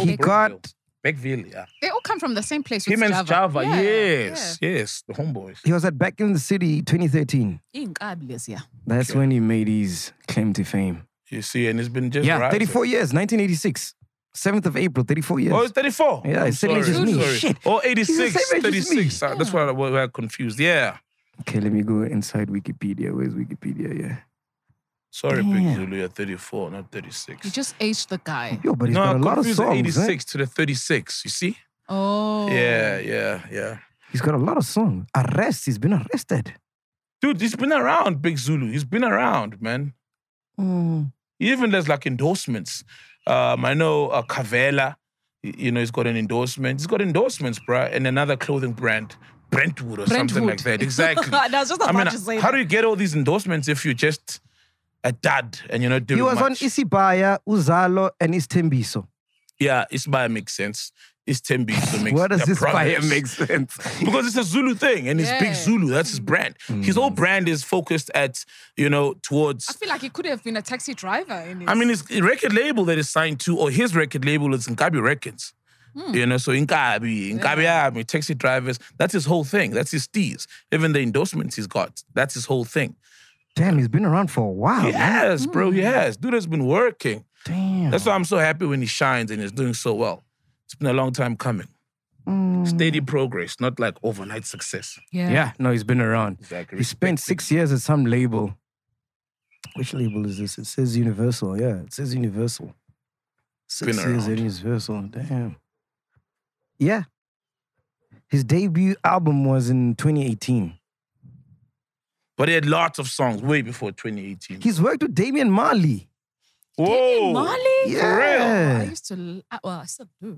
Speaker 3: He got.
Speaker 4: Bergville, yeah.
Speaker 5: They all come from the same place.
Speaker 4: Him
Speaker 5: with
Speaker 4: and
Speaker 5: Java.
Speaker 4: Java.
Speaker 5: Yeah,
Speaker 4: Yes, yes. The homeboys.
Speaker 3: He was at Back in the City 2013.
Speaker 5: yeah. Inkables, yeah.
Speaker 3: That's when he made his claim to fame.
Speaker 4: You see, and it's been just
Speaker 3: Yeah,
Speaker 4: rising.
Speaker 3: 34 years, 1986. 7th of April, 34 years.
Speaker 4: Oh, it's 34.
Speaker 3: Yeah,
Speaker 4: I'm
Speaker 3: it's same age
Speaker 4: sorry, Oh,
Speaker 3: as me.
Speaker 4: sorry.
Speaker 3: Shit.
Speaker 4: Or
Speaker 3: He's the
Speaker 4: 86,
Speaker 3: same age as me.
Speaker 4: 36. Uh, That's why I was confused. Yeah.
Speaker 6: Okay, let me go inside Wikipedia. Where's Wikipedia? Yeah.
Speaker 4: Sorry, Big
Speaker 6: Damn.
Speaker 4: Zulu, you're 34, not 36.
Speaker 5: You just aged the guy.
Speaker 3: Yo, but he's
Speaker 4: no,
Speaker 3: got
Speaker 4: I
Speaker 3: a lot of
Speaker 4: confused the
Speaker 3: songs. eh?
Speaker 4: 86 to the 36, you see?
Speaker 5: Oh.
Speaker 4: Yeah, yeah, yeah.
Speaker 3: He's got a lot of songs. Arrest. He's been arrested.
Speaker 4: Dude, he's been around, Big Zulu. He's been around, man.
Speaker 3: Mm.
Speaker 4: He even does like endorsements. Um, I know uh, Cavella, y- you know, he's got an endorsement. He's got endorsements, bruh, and another clothing brand, Brentwood or something like
Speaker 5: Brentwood.
Speaker 4: that. Exactly.
Speaker 5: I was just
Speaker 4: I
Speaker 5: about
Speaker 4: mean,
Speaker 5: to say
Speaker 4: how
Speaker 5: that.
Speaker 4: do you get all these endorsements if you're just a dad and you're not doing
Speaker 3: He was on
Speaker 4: much?
Speaker 3: Isibaya, Uzalo, and Istembiso.
Speaker 4: Yeah, it's by makes sense. It's Tembi, so makes
Speaker 3: Where does
Speaker 4: they're
Speaker 3: this fire
Speaker 4: brothers.
Speaker 3: make sense?
Speaker 4: because it's a Zulu thing and it's
Speaker 5: Yeah.
Speaker 4: big Zulu. That's his brand. His
Speaker 3: Mm.
Speaker 4: whole brand is focused at, you know,
Speaker 5: I
Speaker 4: towards.
Speaker 5: feel like he could have been a taxi driver. In his,
Speaker 4: I mean, his record label that is signed to, or his record label is Nkabi Records.
Speaker 3: Hmm.
Speaker 4: You know, so Nkabi, Nkabi Army, Taxi Drivers, that's his whole thing. That's his steez. Even the endorsements he's got, that's his whole thing.
Speaker 3: Damn, he's been around for a while. Oh, man. Hmm.
Speaker 4: Yes, bro, yes. Dude has been working.
Speaker 3: Damn.
Speaker 4: That's why I'm so happy when he shines and he's doing so well. It's been a long time coming.
Speaker 3: Hmm.
Speaker 4: Steady progress, not like overnight success.
Speaker 5: yeah.
Speaker 6: Yeah, no, he's been around.
Speaker 4: Exactly.
Speaker 6: He spent six years at some label. Which label is this? It says Universal. Yeah, it says Universal. Six
Speaker 4: Been
Speaker 6: years at
Speaker 4: around.
Speaker 6: Universal. Damn.
Speaker 3: Yeah.
Speaker 6: His debut album was in 2018.
Speaker 4: But he had lots of songs way before 2018.
Speaker 3: He's worked with Damian Marley.
Speaker 4: Whoa.
Speaker 5: Marley? I
Speaker 3: Yeah.
Speaker 5: used to, l- I- well, I still do.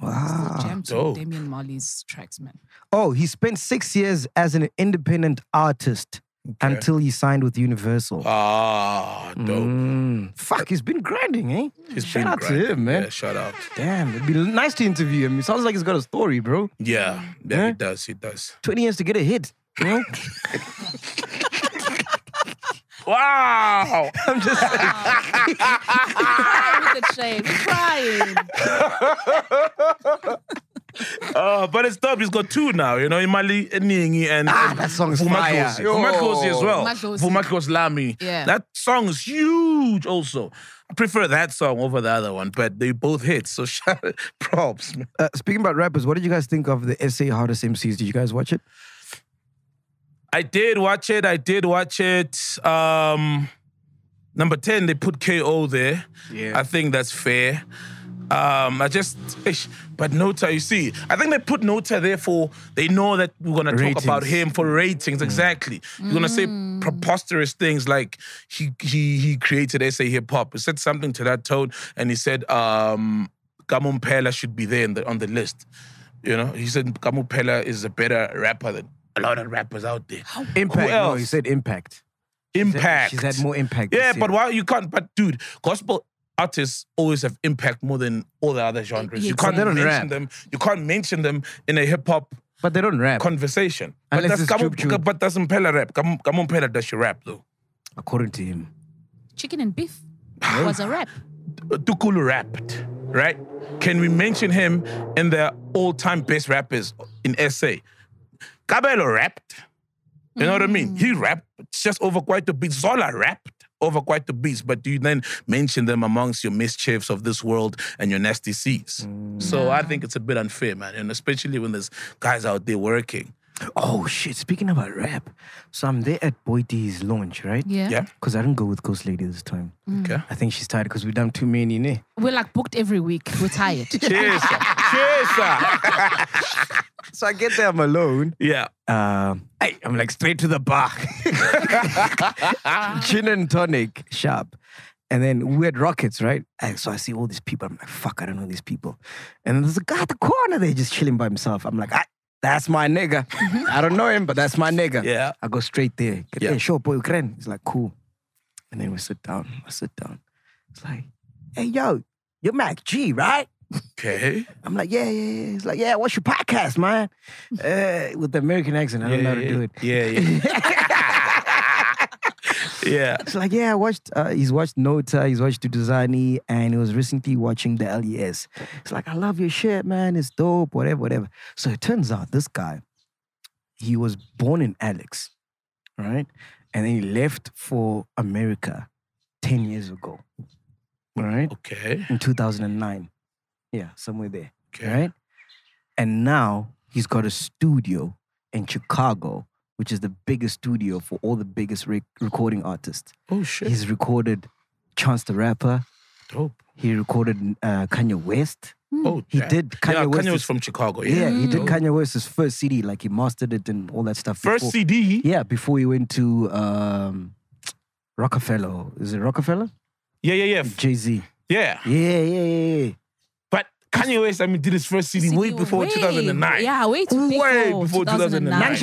Speaker 5: I still
Speaker 3: Wow.
Speaker 5: jam to
Speaker 4: dope.
Speaker 5: Damian Marley's tracks, man.
Speaker 3: Oh, he spent six years as an independent artist until he signed with Universal.
Speaker 4: Oh. Ah, dope.
Speaker 3: Mm. Fuck, he's been grinding, eh?
Speaker 4: He's
Speaker 3: Shout
Speaker 4: been
Speaker 3: out
Speaker 4: great.
Speaker 3: to him, man.
Speaker 4: Yeah, shout out.
Speaker 3: Damn, it'd be nice to interview him. It sounds like he's got a story, bro.
Speaker 4: Yeah, yeah,
Speaker 3: Yeah.
Speaker 4: he does. He does.
Speaker 3: 20 years to get a hit. You know?
Speaker 4: Wow.
Speaker 3: I'm just saying.
Speaker 5: Crying with the shade. Crying.
Speaker 4: uh, but it's dope. He's got two now, you know, Imali Ningi and
Speaker 3: Ah, that song is fire.
Speaker 4: Vumakosi.
Speaker 3: Yo.
Speaker 4: Vumakosi as well.
Speaker 5: Vumakosi.
Speaker 4: Vumakos Lami.
Speaker 5: Yeah.
Speaker 4: That song is huge also. I prefer that song over the other one, but they both hit. So shout props, man.
Speaker 3: Uh, speaking about rappers, what did you guys think of the SA Hardest MCs? Did you guys watch it?
Speaker 4: I did watch it. I did watch it. Um, number 10, they put KO there. Yeah. I think that's fair. Um, I just, ish, but Nota, you see, I think they put Nota there for they know that we're gonna talk about him for ratings. Mm. Exactly, you're gonna say
Speaker 3: Mm.
Speaker 4: preposterous things like he he he created SA hip hop. He said something to that tone, and he said um, Gamon Pela should be there in the, on the list. You know, he said Gamon Pela is a better rapper than a lot of rappers out there.
Speaker 3: Impact. No,
Speaker 4: else?
Speaker 3: he said impact.
Speaker 4: Impact.
Speaker 3: She's had more impact.
Speaker 4: Yeah,
Speaker 3: this
Speaker 4: but
Speaker 3: year.
Speaker 4: why you can't? But dude, gospel artists always have impact more than all the other genres.
Speaker 5: Yeah,
Speaker 4: You can't
Speaker 3: they don't
Speaker 4: mention
Speaker 3: rap.
Speaker 4: them. You can't mention them in a hip hop
Speaker 3: But they don't rap.
Speaker 4: conversation.
Speaker 3: Unless
Speaker 4: but that's
Speaker 3: it's Juke Juke.
Speaker 4: but that's Mpela rap. Come on, Mpela does she rap though?
Speaker 3: According to him.
Speaker 5: Chicken and beef was a rap.
Speaker 4: Dukulu rapped, right? Can we mention him in the all-time best rappers in SA? Cabello rapped. You know what I mean? He rapped just over quite a bit. Zola rapped over quite a bit, but you then mention them amongst your mischiefs of this world and your nasty C's. So I think it's a bit unfair, man, and especially when there's guys out there working.
Speaker 3: Oh shit! Speaking about rap, so I'm there at Boy D's launch, right?
Speaker 5: Yeah.
Speaker 4: Yeah.
Speaker 3: Cause I didn't go with Ghost Lady this time.
Speaker 4: Okay.
Speaker 3: I think she's tired because we've done too many, ne?
Speaker 5: We're like booked every week. We're tired.
Speaker 4: Cheers, sir. Cheers, sir.
Speaker 3: So I get there, I'm alone.
Speaker 4: Yeah.
Speaker 3: Um, hey, I'm like straight to the bar, gin and tonic, sharp. And then we had rockets, right? And so I see all these people. I'm like, fuck, I don't know these people. And then there's a guy at the corner there just chilling by himself. I'm like, ah, that's my nigga. I don't know him, but that's my nigga.
Speaker 4: Yeah.
Speaker 3: I go straight there.
Speaker 4: Yeah.
Speaker 3: Yeah. Sure, boy, Ukraine. He's like, cool. And then we sit down. I sit down. It's like, hey, yo, you're Mac G, right?
Speaker 4: Okay.
Speaker 3: I'm like, yeah, yeah, yeah. He's like, yeah, what's your podcast, man? Uh, with the American accent, I don't know how to do it.
Speaker 4: Yeah, yeah. yeah.
Speaker 3: It's like, yeah, I watched, uh, he's watched Nota, he's watched Duduzani, and he was recently watching the LES. It's like, I love your shit, man. It's dope, whatever, whatever. So it turns out this guy, he was born in Alex, right? And then he left for America 10 years ago, right?
Speaker 4: Okay.
Speaker 3: In 2009. Yeah, somewhere there.
Speaker 4: Okay.
Speaker 3: right? And now he's got a studio in Chicago
Speaker 7: which is the biggest studio for all the biggest rec- recording artists.
Speaker 4: Oh shit.
Speaker 7: He's recorded Chance the Rapper.
Speaker 4: dope.
Speaker 7: He recorded uh, Kanye West.
Speaker 4: Oh,
Speaker 7: He
Speaker 4: damn.
Speaker 7: did Kanye
Speaker 4: yeah,
Speaker 7: West's-
Speaker 4: Kanye was from Chicago.
Speaker 7: Yeah,
Speaker 4: Yeah.
Speaker 7: he did
Speaker 4: Dope.
Speaker 7: Kanye West's first CD. Like he mastered it and all that stuff.
Speaker 4: First
Speaker 7: before-
Speaker 4: CD.
Speaker 7: Yeah, before he went to um, Rockefeller. Is it Rockefeller?
Speaker 4: Yeah, yeah, yeah. f-
Speaker 7: Jay Z.
Speaker 4: Yeah.
Speaker 7: Yeah, yeah, yeah, yeah.
Speaker 4: But Kanye West, I mean, did his first CD way before 2009.
Speaker 5: Yeah, way, too
Speaker 4: Way
Speaker 5: before
Speaker 4: before 2009.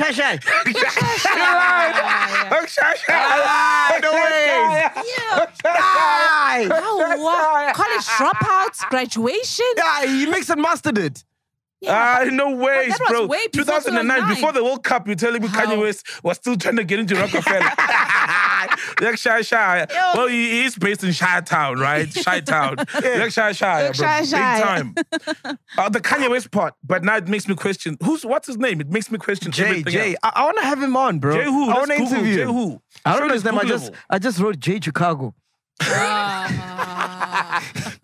Speaker 5: Yeah. Wow, Oh, wow. College dropouts, graduation.
Speaker 3: Yeah, he mixed and mastered it.
Speaker 4: Ah, no ways,
Speaker 5: that was
Speaker 4: bro.
Speaker 5: way before
Speaker 4: 2009,
Speaker 5: 2009.
Speaker 4: before the World Cup, you're telling me
Speaker 5: How?
Speaker 4: Kanye West was still trying to get into Rockefeller. like Shy Shy. Well, he he is based in Shy Town, right? Shy Town. Like Shy Shy.
Speaker 5: Like
Speaker 4: bro.
Speaker 5: Shy Shy.
Speaker 4: Big time. uh, the Kanye West part, but now it makes me question who's what's his name? It makes me question
Speaker 3: Jay,
Speaker 4: everything
Speaker 3: Jay,
Speaker 4: else.
Speaker 3: I, want to have him on, bro.
Speaker 4: Jay who?
Speaker 3: I
Speaker 4: Let's
Speaker 3: want to
Speaker 4: Google
Speaker 3: interview
Speaker 4: Jay
Speaker 3: him.
Speaker 4: who?
Speaker 7: I
Speaker 4: Sure,
Speaker 7: don't know his
Speaker 4: let's
Speaker 7: name. I
Speaker 4: Google
Speaker 7: just
Speaker 4: him.
Speaker 7: I just wrote Jay Chicago.
Speaker 5: Ah.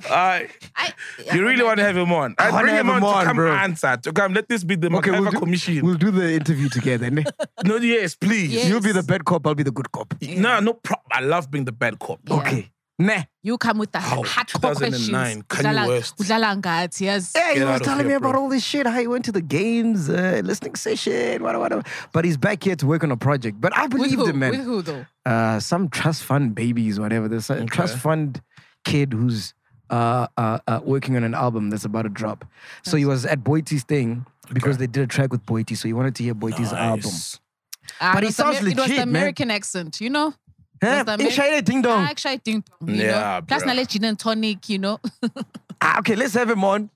Speaker 4: Uh, you really want to have him on? I
Speaker 3: wanna
Speaker 4: bring
Speaker 3: have
Speaker 4: him on
Speaker 3: him on,
Speaker 4: to come
Speaker 3: bro.
Speaker 4: answer. To come, let this be the
Speaker 3: Okay, we'll
Speaker 4: MacGyver
Speaker 3: do,
Speaker 4: commission.
Speaker 3: we'll do the interview together. ne?
Speaker 4: no, yes, please.
Speaker 5: Yeah.
Speaker 3: You'll be the bad cop, I'll be the good cop.
Speaker 4: No, no problem. I love being the bad cop.
Speaker 3: Okay. Nah.
Speaker 5: You come with the
Speaker 4: How?
Speaker 5: hardcore
Speaker 4: 2009,
Speaker 5: questions.
Speaker 4: Kanye
Speaker 5: Udlala-
Speaker 4: West.
Speaker 5: udlala ngathi, yes.
Speaker 3: Eh,
Speaker 7: Yeah, he
Speaker 4: Get out
Speaker 7: was
Speaker 4: of
Speaker 7: telling
Speaker 4: here,
Speaker 7: me about
Speaker 4: bro.
Speaker 7: all this shit, how he went to the games, uh, listening session, whatever, whatever. But he's back here to work on a project. But I
Speaker 5: With
Speaker 7: believed
Speaker 5: who?
Speaker 7: him, man.
Speaker 5: With who though?
Speaker 7: uh, some trust fund babies, whatever. There's a trust fund kid who's uh, uh, uh, working on an album that's about to drop. So he was at Boite's thing because they did a track with Boite, so he wanted to hear Boite's album.
Speaker 4: Nice.
Speaker 5: Ah,
Speaker 7: But
Speaker 5: it
Speaker 7: he
Speaker 5: was the
Speaker 7: sounds
Speaker 5: Amer- It was the
Speaker 7: legit, man.
Speaker 5: American accent, you know.
Speaker 7: Huh?
Speaker 5: the
Speaker 7: In
Speaker 5: man-
Speaker 7: China, ding dong.
Speaker 5: Actually, I think you
Speaker 4: Yeah,
Speaker 5: know. Plus,
Speaker 4: bruh.
Speaker 5: now let gin and tonic, you know.
Speaker 7: Ah, okay, let's have him on,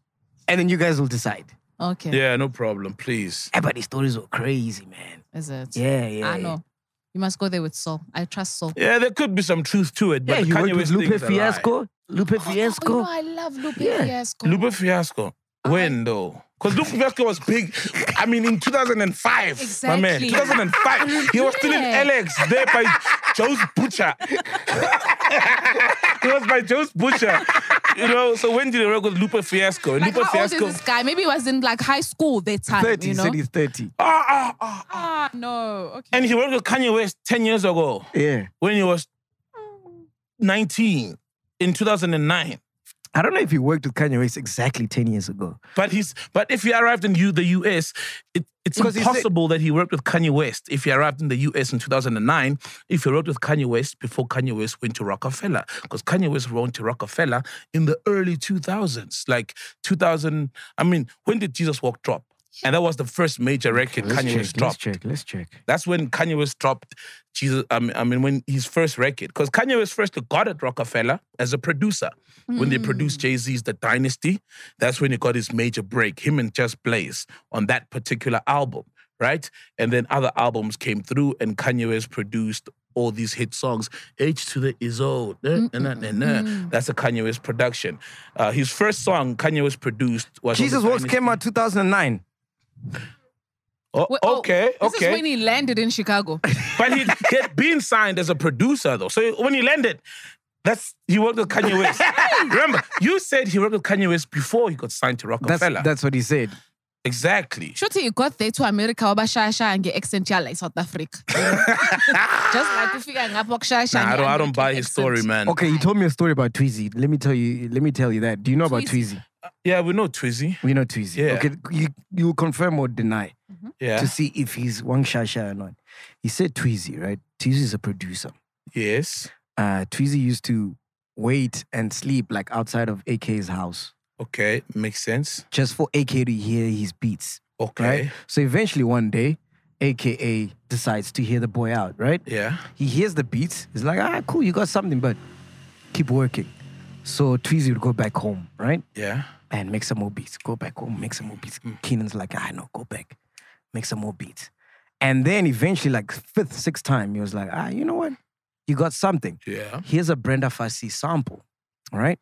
Speaker 7: and then you guys will decide.
Speaker 5: okay,
Speaker 4: Yeah, no problem. Please.
Speaker 7: Eh, but his stories were crazy, man.
Speaker 5: is it?
Speaker 7: Yeah, yeah.
Speaker 5: I know. You must go there with Saul. I trust Saul.
Speaker 4: Yeah, there could be some truth to it,
Speaker 7: Yeah, yeah
Speaker 4: but the
Speaker 7: he
Speaker 4: Kanye
Speaker 7: worked with
Speaker 4: West
Speaker 7: Lupe
Speaker 4: thing is a lie.
Speaker 7: Fiasco. Lupe
Speaker 5: Oh, you
Speaker 7: Fiasco.
Speaker 5: know, I love Lupe
Speaker 7: Yeah.
Speaker 5: Fiasco.
Speaker 4: Lupe Fiasco. When though? Because Lupe Fiasco was big. I mean, in 2005, my man.
Speaker 5: Exactly.
Speaker 4: 2005. He was still in
Speaker 5: Yeah.
Speaker 4: Alex, there by Joe's Butcher. he was by Joe's Butcher. You know, so when did he work with Lupe Fiasco? And
Speaker 5: Like,
Speaker 4: Lupe
Speaker 5: how old
Speaker 4: Fiasco.
Speaker 5: is this guy? Maybe he was in like high school that time,
Speaker 3: 30,
Speaker 5: you
Speaker 3: he
Speaker 5: know.
Speaker 3: said he's 30.
Speaker 4: Ah, ah, ah.
Speaker 5: Ah, no. Okay.
Speaker 4: And he worked with Kanye West 10 years ago
Speaker 3: Yeah.
Speaker 4: when he was 19 in 2009.
Speaker 7: I don't know if he worked with Kanye West exactly 10 years ago.
Speaker 4: But he's but if he arrived in U, the US, it, it's
Speaker 3: Because he said-
Speaker 4: impossible that he worked with Kanye West. If he arrived in the US in 2009, if he worked with Kanye West before Kanye West went to Rockefeller, because Kanye West went to Rockefeller in the early 2000s, like 2000. I mean, when did Jesus Walk drop? And that was the first major record
Speaker 7: Let's
Speaker 4: Kanye
Speaker 7: check, let's
Speaker 4: West dropped.
Speaker 7: check, let's check.
Speaker 4: That's when Kanye West dropped Jesus. I mean, I mean when his first record, because Kanye West first got at Rockefeller as a producer. When they produced
Speaker 5: Hmm.
Speaker 4: Jay Z's The Dynasty, that's when he got his major break. Him and Just Blaze on that particular album, right? And then other albums came through, and Kanye West produced all these hit songs. H to the is old. eh, and that, and that. That's a Kanye West production. Uh, his first song Kanye West produced was on
Speaker 3: Jesus
Speaker 4: The
Speaker 3: Walks
Speaker 4: Dynasty.
Speaker 3: came out 2009.
Speaker 4: Oh,
Speaker 5: Wait, oh,
Speaker 4: okay,
Speaker 5: This
Speaker 4: okay.
Speaker 5: is when he landed in Chicago.
Speaker 4: But he he had been signed as a producer though. So when he landed, that's he worked with Kanye West. Remember, you said he worked with Kanye West before he got signed to
Speaker 3: That's,
Speaker 4: Rockefeller.
Speaker 3: that's what he said.
Speaker 4: Mm. exactly.
Speaker 5: Shorty, he got there to America, wabashasha and get accent yeah, like South Africa. you know? Just like if you can have wabashasha
Speaker 4: Nah,
Speaker 5: and
Speaker 4: I don't,
Speaker 5: get
Speaker 4: I don't buy his
Speaker 5: American
Speaker 4: story,
Speaker 5: accent.
Speaker 4: man.
Speaker 3: Okay, you told me a story about Tweezy. Let me tell you. Let me tell you that. Do you know about
Speaker 5: Tweezy.
Speaker 3: Tweezy?
Speaker 4: Yeah, we know Twizzy.
Speaker 3: We know Tweezy.
Speaker 4: Yeah.
Speaker 3: Okay, you you confirm or deny
Speaker 4: Yeah.
Speaker 3: to see if he's Wang Shasha or not. He said Tweezy, right? Tweezy is a producer.
Speaker 4: yes.
Speaker 3: Uh, Tweezy used to wait and sleep like outside of AK's house
Speaker 4: Okay. Makes sense.
Speaker 3: just for AK to hear his beats.
Speaker 4: Okay.
Speaker 3: Right. So eventually one day, AKA decides to hear the boy out. Right.
Speaker 4: Yeah.
Speaker 3: He hears the beats. He's like, ah, cool, you got something, but keep working. So Tweezy would go back home, right?
Speaker 4: Yeah.
Speaker 3: and make some more beats. Go back home, make some more beats. Keenan's like, I know, go back, make some more beats. And then eventually, like fifth, sixth time, he was like, ah, you know what? You got something.
Speaker 4: Yeah.
Speaker 3: Here's a Brenda Fassie sample, all right?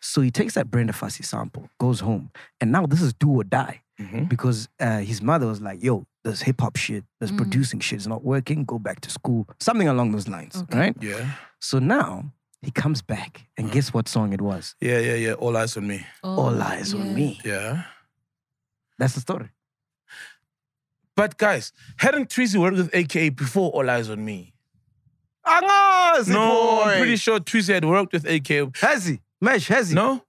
Speaker 3: So he takes that Brenda Fassie sample, goes home, and now this is do or die
Speaker 4: Mm-hmm.
Speaker 3: because uh, his mother was like, yo, this hip hop shit, this
Speaker 5: Mm.
Speaker 3: producing shit is not working, go back to school, something along those lines, right?
Speaker 4: Yeah.
Speaker 3: So now he comes back, and
Speaker 4: Mm.
Speaker 3: guess what song it was?
Speaker 4: Yeah. Yeah. Yeah. All eyes on me.
Speaker 5: Oh,
Speaker 3: All Eyes
Speaker 5: yeah.
Speaker 3: on Me.
Speaker 4: Yeah.
Speaker 3: That's the story.
Speaker 4: But guys, hadn't Treasy worked with AKA before All Eyes on Me?
Speaker 8: Angos,
Speaker 4: No,
Speaker 8: boy.
Speaker 4: I'm pretty sure Treasy had worked with AKA.
Speaker 8: Has he? Mesh, has he?
Speaker 4: No,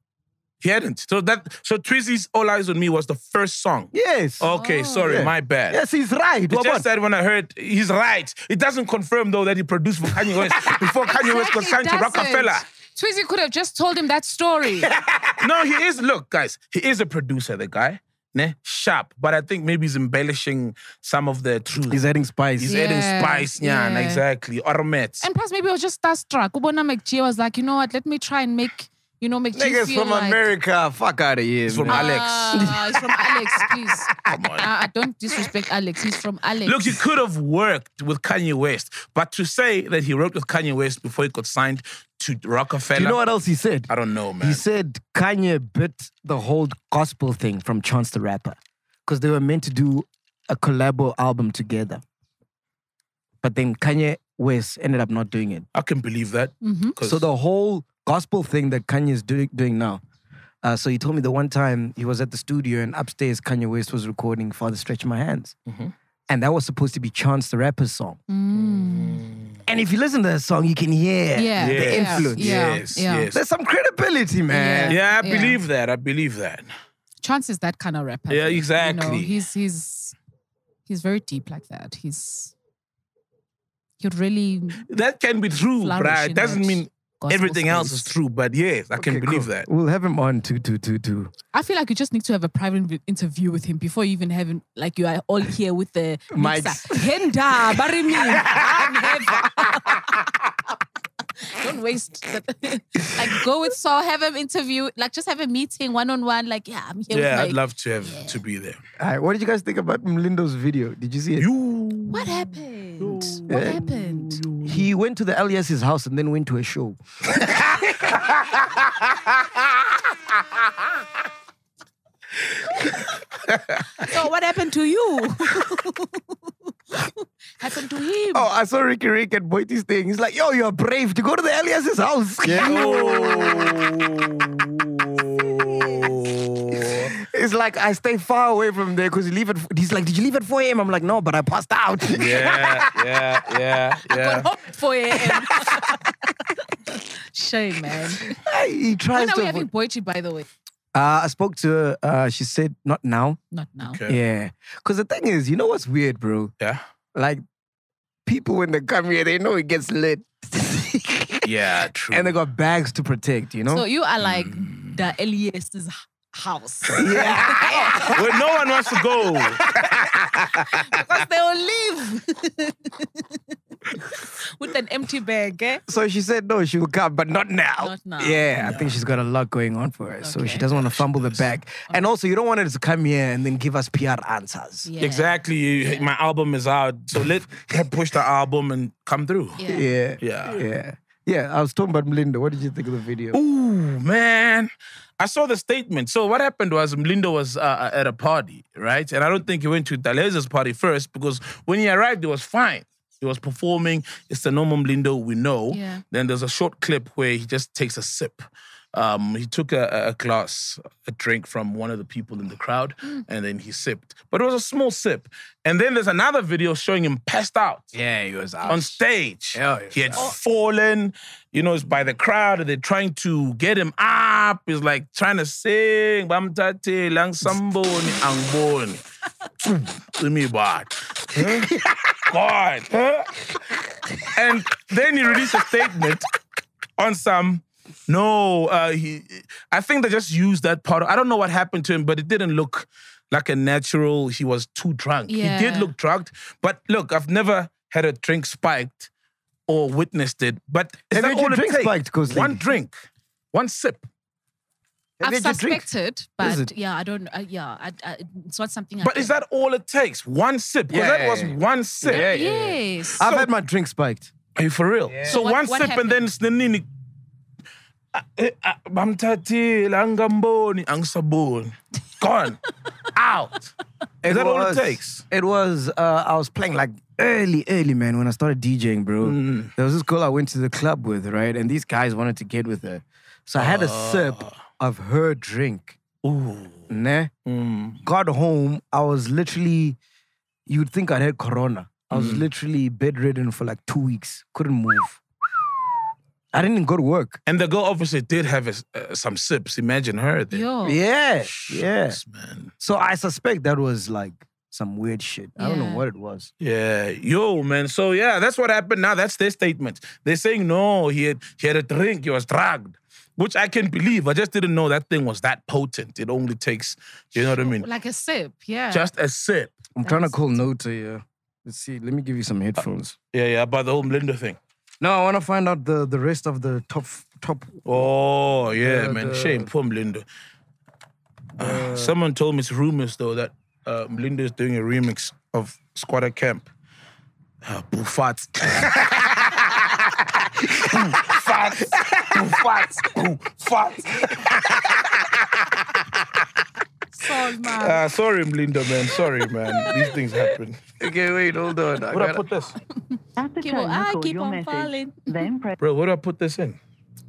Speaker 4: he hadn't. So that so Treasy's All Eyes on Me was the first song.
Speaker 8: Yes.
Speaker 4: Okay,
Speaker 5: Oh.
Speaker 4: sorry,
Speaker 8: Yeah.
Speaker 4: my bad.
Speaker 8: Yes, he's right.
Speaker 4: It's
Speaker 8: What
Speaker 4: just
Speaker 8: about
Speaker 4: that when I heard he's right, it doesn't confirm though that he produced for Kanye West before Kanye West got signed to Rockefeller.
Speaker 5: Twizzy could have just told him that story.
Speaker 4: No, he is. Look, guys, he is a producer. The guy, ne, sharp. But I think maybe he's embellishing some of the truth.
Speaker 3: He's adding spice.
Speaker 4: He's adding
Speaker 5: Yeah,
Speaker 4: spice, yeah,
Speaker 5: yeah.
Speaker 4: exactly. Ormet.
Speaker 5: and plus, maybe I was just starstruck. Ubona McGee was like, you know what? Let me try and make, you know, McGee
Speaker 8: niggas
Speaker 5: feel
Speaker 8: from
Speaker 5: like,
Speaker 8: America? Fuck out of here.
Speaker 4: He's from
Speaker 8: man.
Speaker 4: Alex.
Speaker 5: Ah, it's from Alex, please.
Speaker 4: Come on.
Speaker 5: Ah, don't disrespect Alex. He's from Alex.
Speaker 4: Look, he could have worked with Kanye West, but to say that he worked with Kanye West before he got signed to Rockefeller,
Speaker 3: You know what else he said?
Speaker 4: I don't know, man.
Speaker 3: He said Kanye bit the whole gospel thing from Chance the Rapper because they were meant to do a collabo album together. But then Kanye West ended up not doing it.
Speaker 4: I can believe that.
Speaker 5: Mm-hmm.
Speaker 3: So the whole gospel thing that Kanye is doing, doing now. Uh, so he told me the one time he was at the studio and upstairs Kanye West was recording Father Stretch My Hands.
Speaker 4: Mm-hmm.
Speaker 3: And that was supposed to be Chance the Rapper's song. And if you listen to that song, you can hear.
Speaker 5: Mm. yeah,
Speaker 4: the
Speaker 5: yeah,
Speaker 3: influence.
Speaker 5: Yeah,
Speaker 4: Yes,
Speaker 5: yeah.
Speaker 4: yes.
Speaker 3: There's some credibility, man.
Speaker 4: yeah, I
Speaker 5: yeah.
Speaker 4: believe that. I believe that.
Speaker 5: Chance is that kind of rapper.
Speaker 4: Yeah,
Speaker 5: though, you know?
Speaker 4: exactly.
Speaker 5: he's he's he's very deep like that. He's he would really
Speaker 4: That can be true, but
Speaker 5: flourish
Speaker 4: it
Speaker 5: in
Speaker 4: doesn't
Speaker 5: that
Speaker 4: mean
Speaker 5: gospel
Speaker 4: everything else is
Speaker 5: space.
Speaker 4: true. But yes, I can believe that.
Speaker 3: We'll have him on two, two, two, two.
Speaker 5: I feel like you just need to have a private vi- interview with him before you even having like you are all here with the mixer. Henda, bury me. I'm never. Don't waste. The, like go with Saul, have him interview, like just have a meeting one on one. Like yeah, I'm here.
Speaker 4: Yeah,
Speaker 5: with my,
Speaker 4: I'd love to have to be there.
Speaker 3: All right, what did you guys think about Lindo's video? Did you see it?
Speaker 4: You
Speaker 5: What happened? What
Speaker 3: Yeah.
Speaker 5: happened?
Speaker 3: He went to the LES's house and then went to a show.
Speaker 5: So what happened to you? happened to him.
Speaker 3: Oh, I saw Ricky Rick and Boiti's thing. He's like, yo, you're brave to go to the LES's house. It's like, I stay far away from there because you leave at, f- he's like, did you leave at 4 a.m.? I'm like, no, but I passed out.
Speaker 4: yeah, yeah, yeah, yeah.
Speaker 5: Got home at 4 a.m. Shame, man.
Speaker 3: he tries
Speaker 5: When are
Speaker 3: to.
Speaker 5: we having
Speaker 3: avoid-
Speaker 5: Boichi, by the way?
Speaker 3: uh, I spoke to her. Uh, she said, not now.
Speaker 5: Not now.
Speaker 4: Okay.
Speaker 3: Yeah. Because the thing is, you know what's weird, bro?
Speaker 4: Yeah.
Speaker 3: Like, people when they come here, they know it gets lit.
Speaker 4: Yeah, true.
Speaker 3: and they got bags to protect, you know?
Speaker 5: So you are like
Speaker 4: Mm.
Speaker 5: the LES's h- house.
Speaker 4: Where no one wants to go.
Speaker 5: because they will leave with an empty bag. Eh?
Speaker 3: So she said no, she will come, but not now.
Speaker 5: Not now.
Speaker 3: Yeah, I think she's got a lot going on for her, so she
Speaker 5: Okay.
Speaker 3: doesn't want to fumble the bag. And also, you don't want her to come here and then give us PR answers.
Speaker 5: Yeah.
Speaker 4: Exactly. you- My album is out, so let her push the album and come through.
Speaker 5: Yeah.
Speaker 3: Yeah,
Speaker 4: Yeah.
Speaker 3: yeah, yeah. I was talking about Melinda. What did you think of the video?
Speaker 4: Ooh, man. I saw the statement. So what happened was Mlindo was uh, at a party, right? And I don't think he went to Daleza's party first because when he arrived, he was fine. He was performing. It's the normal Mlindo we know.
Speaker 5: Yeah.
Speaker 4: Then there's a short clip where he just takes a sip. Um, he took a, a- a glass, a drink from one of the people in the crowd, and then he sipped. But it was a small sip. And then there's another video showing him passed out
Speaker 3: Yeah, he was out.
Speaker 4: on stage.
Speaker 3: Hell yeah.
Speaker 4: He had fallen, you know, it's by the crowd. They're trying to get him up. He's like trying to sing. Bamtate lang samboni angboni. Umi bad. God. huh? And then he released a statement on some. No, uh, he. I think they just used that part. I don't know what happened to him, but it didn't look like a natural. He was too drunk. He did
Speaker 5: Yeah.
Speaker 4: look drugged. But look, I've never had a drink spiked or witnessed it. But is
Speaker 3: Have
Speaker 4: that
Speaker 3: you had
Speaker 4: all
Speaker 3: your
Speaker 4: it
Speaker 3: drink
Speaker 4: takes?
Speaker 3: spiked, Ghostly?
Speaker 4: One drink, one sip.
Speaker 5: I've
Speaker 3: Did you drink?
Speaker 5: suspected,
Speaker 3: Is
Speaker 5: but
Speaker 3: it?
Speaker 5: yeah, I don't. Uh, yeah, I, I, it's not something. I
Speaker 4: But is
Speaker 5: can-
Speaker 4: that all it takes? One sip. Because that
Speaker 3: Yeah.
Speaker 4: was one sip.
Speaker 5: Yes.
Speaker 4: Ah,
Speaker 3: I've had my drink spiked.
Speaker 4: Are you for real? So
Speaker 5: What-
Speaker 4: one
Speaker 5: what
Speaker 4: sip and then Ah, eh, Snanini. Bamtati, Langamboni, Angsabon. Gone. Out. Is that all it
Speaker 3: was-
Speaker 4: takes?
Speaker 3: It was. Uh, I was playing like early, early man when I started DJing, bro.
Speaker 4: Mm.
Speaker 3: There was this girl I went to the club with, right? And these guys wanted to get with her, so I had a sip
Speaker 4: Ah.
Speaker 3: of her
Speaker 4: Mm.
Speaker 3: drink. Ooh, nah. Got home, I was literally you'd think I'd had corona. I was literally bedridden for like two weeks, couldn't move. I didn't even go to work.
Speaker 4: And the girl obviously did have a s- uh, some sips. Imagine her then.
Speaker 3: Oh.
Speaker 1: Yo.
Speaker 3: Yeah, yeah.
Speaker 4: Shucks, man.
Speaker 3: So I suspect that was like some weird shit. I don't
Speaker 1: Yeah.
Speaker 3: know what it was.
Speaker 4: Yeah, yo, man. So yeah, that's what happened. Now that's their statement. They're saying no, he had he had a drink, he was drugged, which I can believe. I just didn't know that thing was that potent. It only takes, you know what I mean,
Speaker 1: Like a sip, yeah.
Speaker 4: just a sip.
Speaker 3: I'm trying to call Nota here. Let's see. Let me give you some headphones.
Speaker 4: Yeah, yeah, about the whole Melinda thing.
Speaker 3: No, I want to find out the the rest of the top top.
Speaker 4: Oh yeah,
Speaker 3: The-
Speaker 4: man.
Speaker 3: the-
Speaker 4: Shame, poor Melinda. Uh, Someone told me it's rumors though that uh, Melinda is doing a remix of Squatter Camp. Uh, Bufat. Bufat. Bufat. Bufat.
Speaker 1: Soul, man.
Speaker 4: Uh, sorry, Melinda, man. Sorry, man. These things happen.
Speaker 3: Okay, wait, hold on. I
Speaker 4: Where do I
Speaker 3: gotta-
Speaker 4: put this?
Speaker 1: Keep on, I keep on falling.
Speaker 4: Bro, where do I put this in?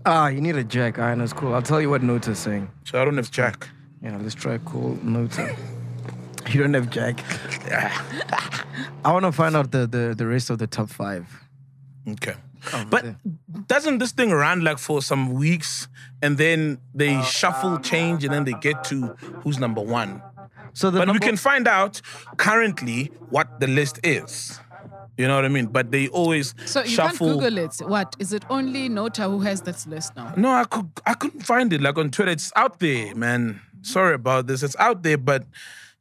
Speaker 3: ah, you need a jack. Alright, that's cool. I'll tell you what Nota's saying.
Speaker 4: So I don't have Jack.
Speaker 3: Yeah, let's try call Nota. you don't have jack. I want to find out the, the the rest of the top five.
Speaker 4: Okay. But doesn't this thing run like for some weeks and then they shuffle, change, and then they get to who's number one?
Speaker 3: So the
Speaker 4: But we
Speaker 3: number-
Speaker 4: can find out currently what the list is. You know what I mean? But they always
Speaker 1: So you
Speaker 4: shuffle.
Speaker 1: can't Google it. What is it? Only Nota who has this list now.
Speaker 4: No, I could I couldn't find it. Like on Twitter, it's out there, man. Sorry about this. It's out there, but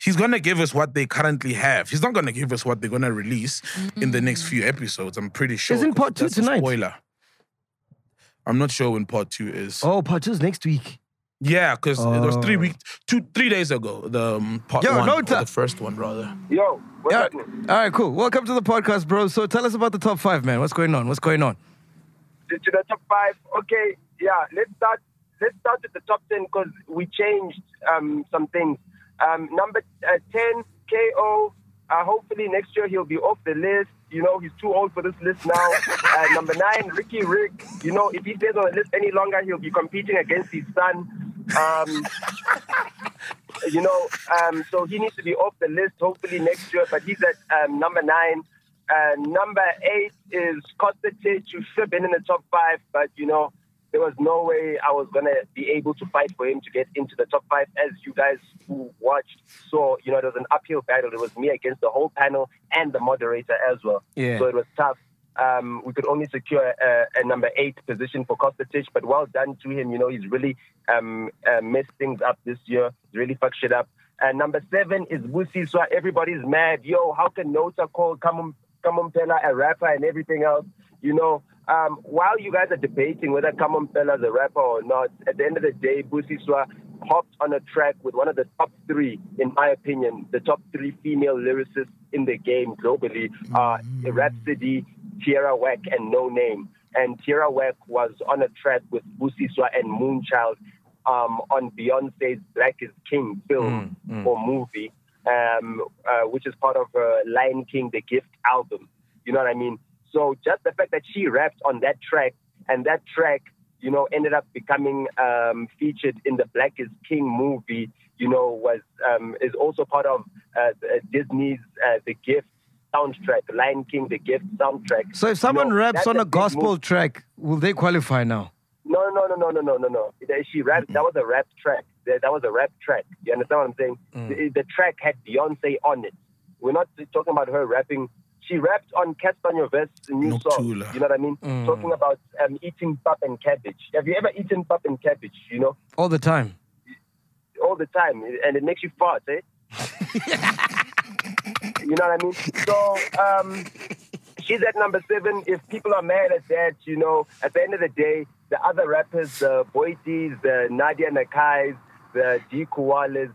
Speaker 4: he's gonna give us what they currently have. He's not gonna give us what they're gonna release in the next few episodes. I'm pretty sure.
Speaker 3: Isn't part
Speaker 4: 'cause
Speaker 3: two
Speaker 4: that's a
Speaker 3: tonight?
Speaker 4: Spoiler. I'm not sure when part two is.
Speaker 3: oh part two's next week.
Speaker 4: Yeah, because it was three week, two, three days ago. The um, part
Speaker 3: Oh. Yo,
Speaker 4: one,
Speaker 3: no
Speaker 4: or
Speaker 3: time.
Speaker 4: the first one rather.
Speaker 5: Yo, what's
Speaker 3: Yeah.
Speaker 5: up?
Speaker 3: All right, cool. Welcome to the podcast, bro. So tell us about the top five, man. What's going on? What's going on?
Speaker 5: To to the top five. Okay, yeah. Let's start. Let's start with the top ten because we changed um, some things. Um, number uh, ten, Ko. Uh, hopefully next year he'll be off the list. You know he's too old for this list now. uh, number nine, Ricky Rick. You know if he stays on the list any longer, he'll be competing against his son. Um, you know, um, so he needs to be off the list hopefully next year, but he's at um, number nine. Uh, number eight is Kostic, who should have been in the top five, but, you know, there was no way I was going to be able to fight for him to get into the top five. As you guys who watched saw, you know, it was an uphill battle. It was me against the whole panel and the moderator as well.
Speaker 3: Yeah.
Speaker 5: So it was tough. Um, we could only secure a, a number eight position for Kostic, but well done to him. You know, he's really um, uh, messed things up this year. He's really fucked shit up. And number seven is Busi. So everybody's mad. Yo, how can Nota call Kamum Kamumpela a rapper and everything else? You know, um, while you guys are debating whether Kamumpela is a rapper or not, at the end of the day, Busi Swa hopped on a track with one of the top three, in my opinion, the top three female lyricists in the game globally are Rhapsody, Tierra Whack, and No Name. And Tierra Whack was on a track with Busiswa and Moonchild um, on Beyonce's Black is King film
Speaker 3: Mm,
Speaker 5: or movie, um, uh, which is part of her Lion King The Gift album. You know what I mean? So just the fact that she rapped on that track and that track you know, ended up becoming um, featured in the Black is King movie. You know, was um, is also part of uh, uh, Disney's uh, The Gift soundtrack, Lion King The Gift soundtrack.
Speaker 3: So if
Speaker 5: You
Speaker 3: someone
Speaker 5: know,
Speaker 3: raps
Speaker 5: that's
Speaker 3: on a
Speaker 5: big
Speaker 3: gospel
Speaker 5: move.
Speaker 3: track, will they qualify now?
Speaker 5: no, no, no, no, no, no, no, no. That- She rapped. That was a rap track. That, that was a rap track. You understand what I'm saying? The, the track had Beyonce on it. We're not talking about her rapping. She rapped on Castanio Vest's new
Speaker 4: Noctula.
Speaker 5: song. You know what I mean? Talking about um, eating pap and cabbage. Have you ever eaten pap and cabbage? You know.
Speaker 3: All the time.
Speaker 5: all the time, and it makes you fart, eh? you know what I mean? So um, she's at number seven. If people are mad at that, you know, at the end of the day, the other rappers, the Boities, the Nadia Nakais, the D Koalas,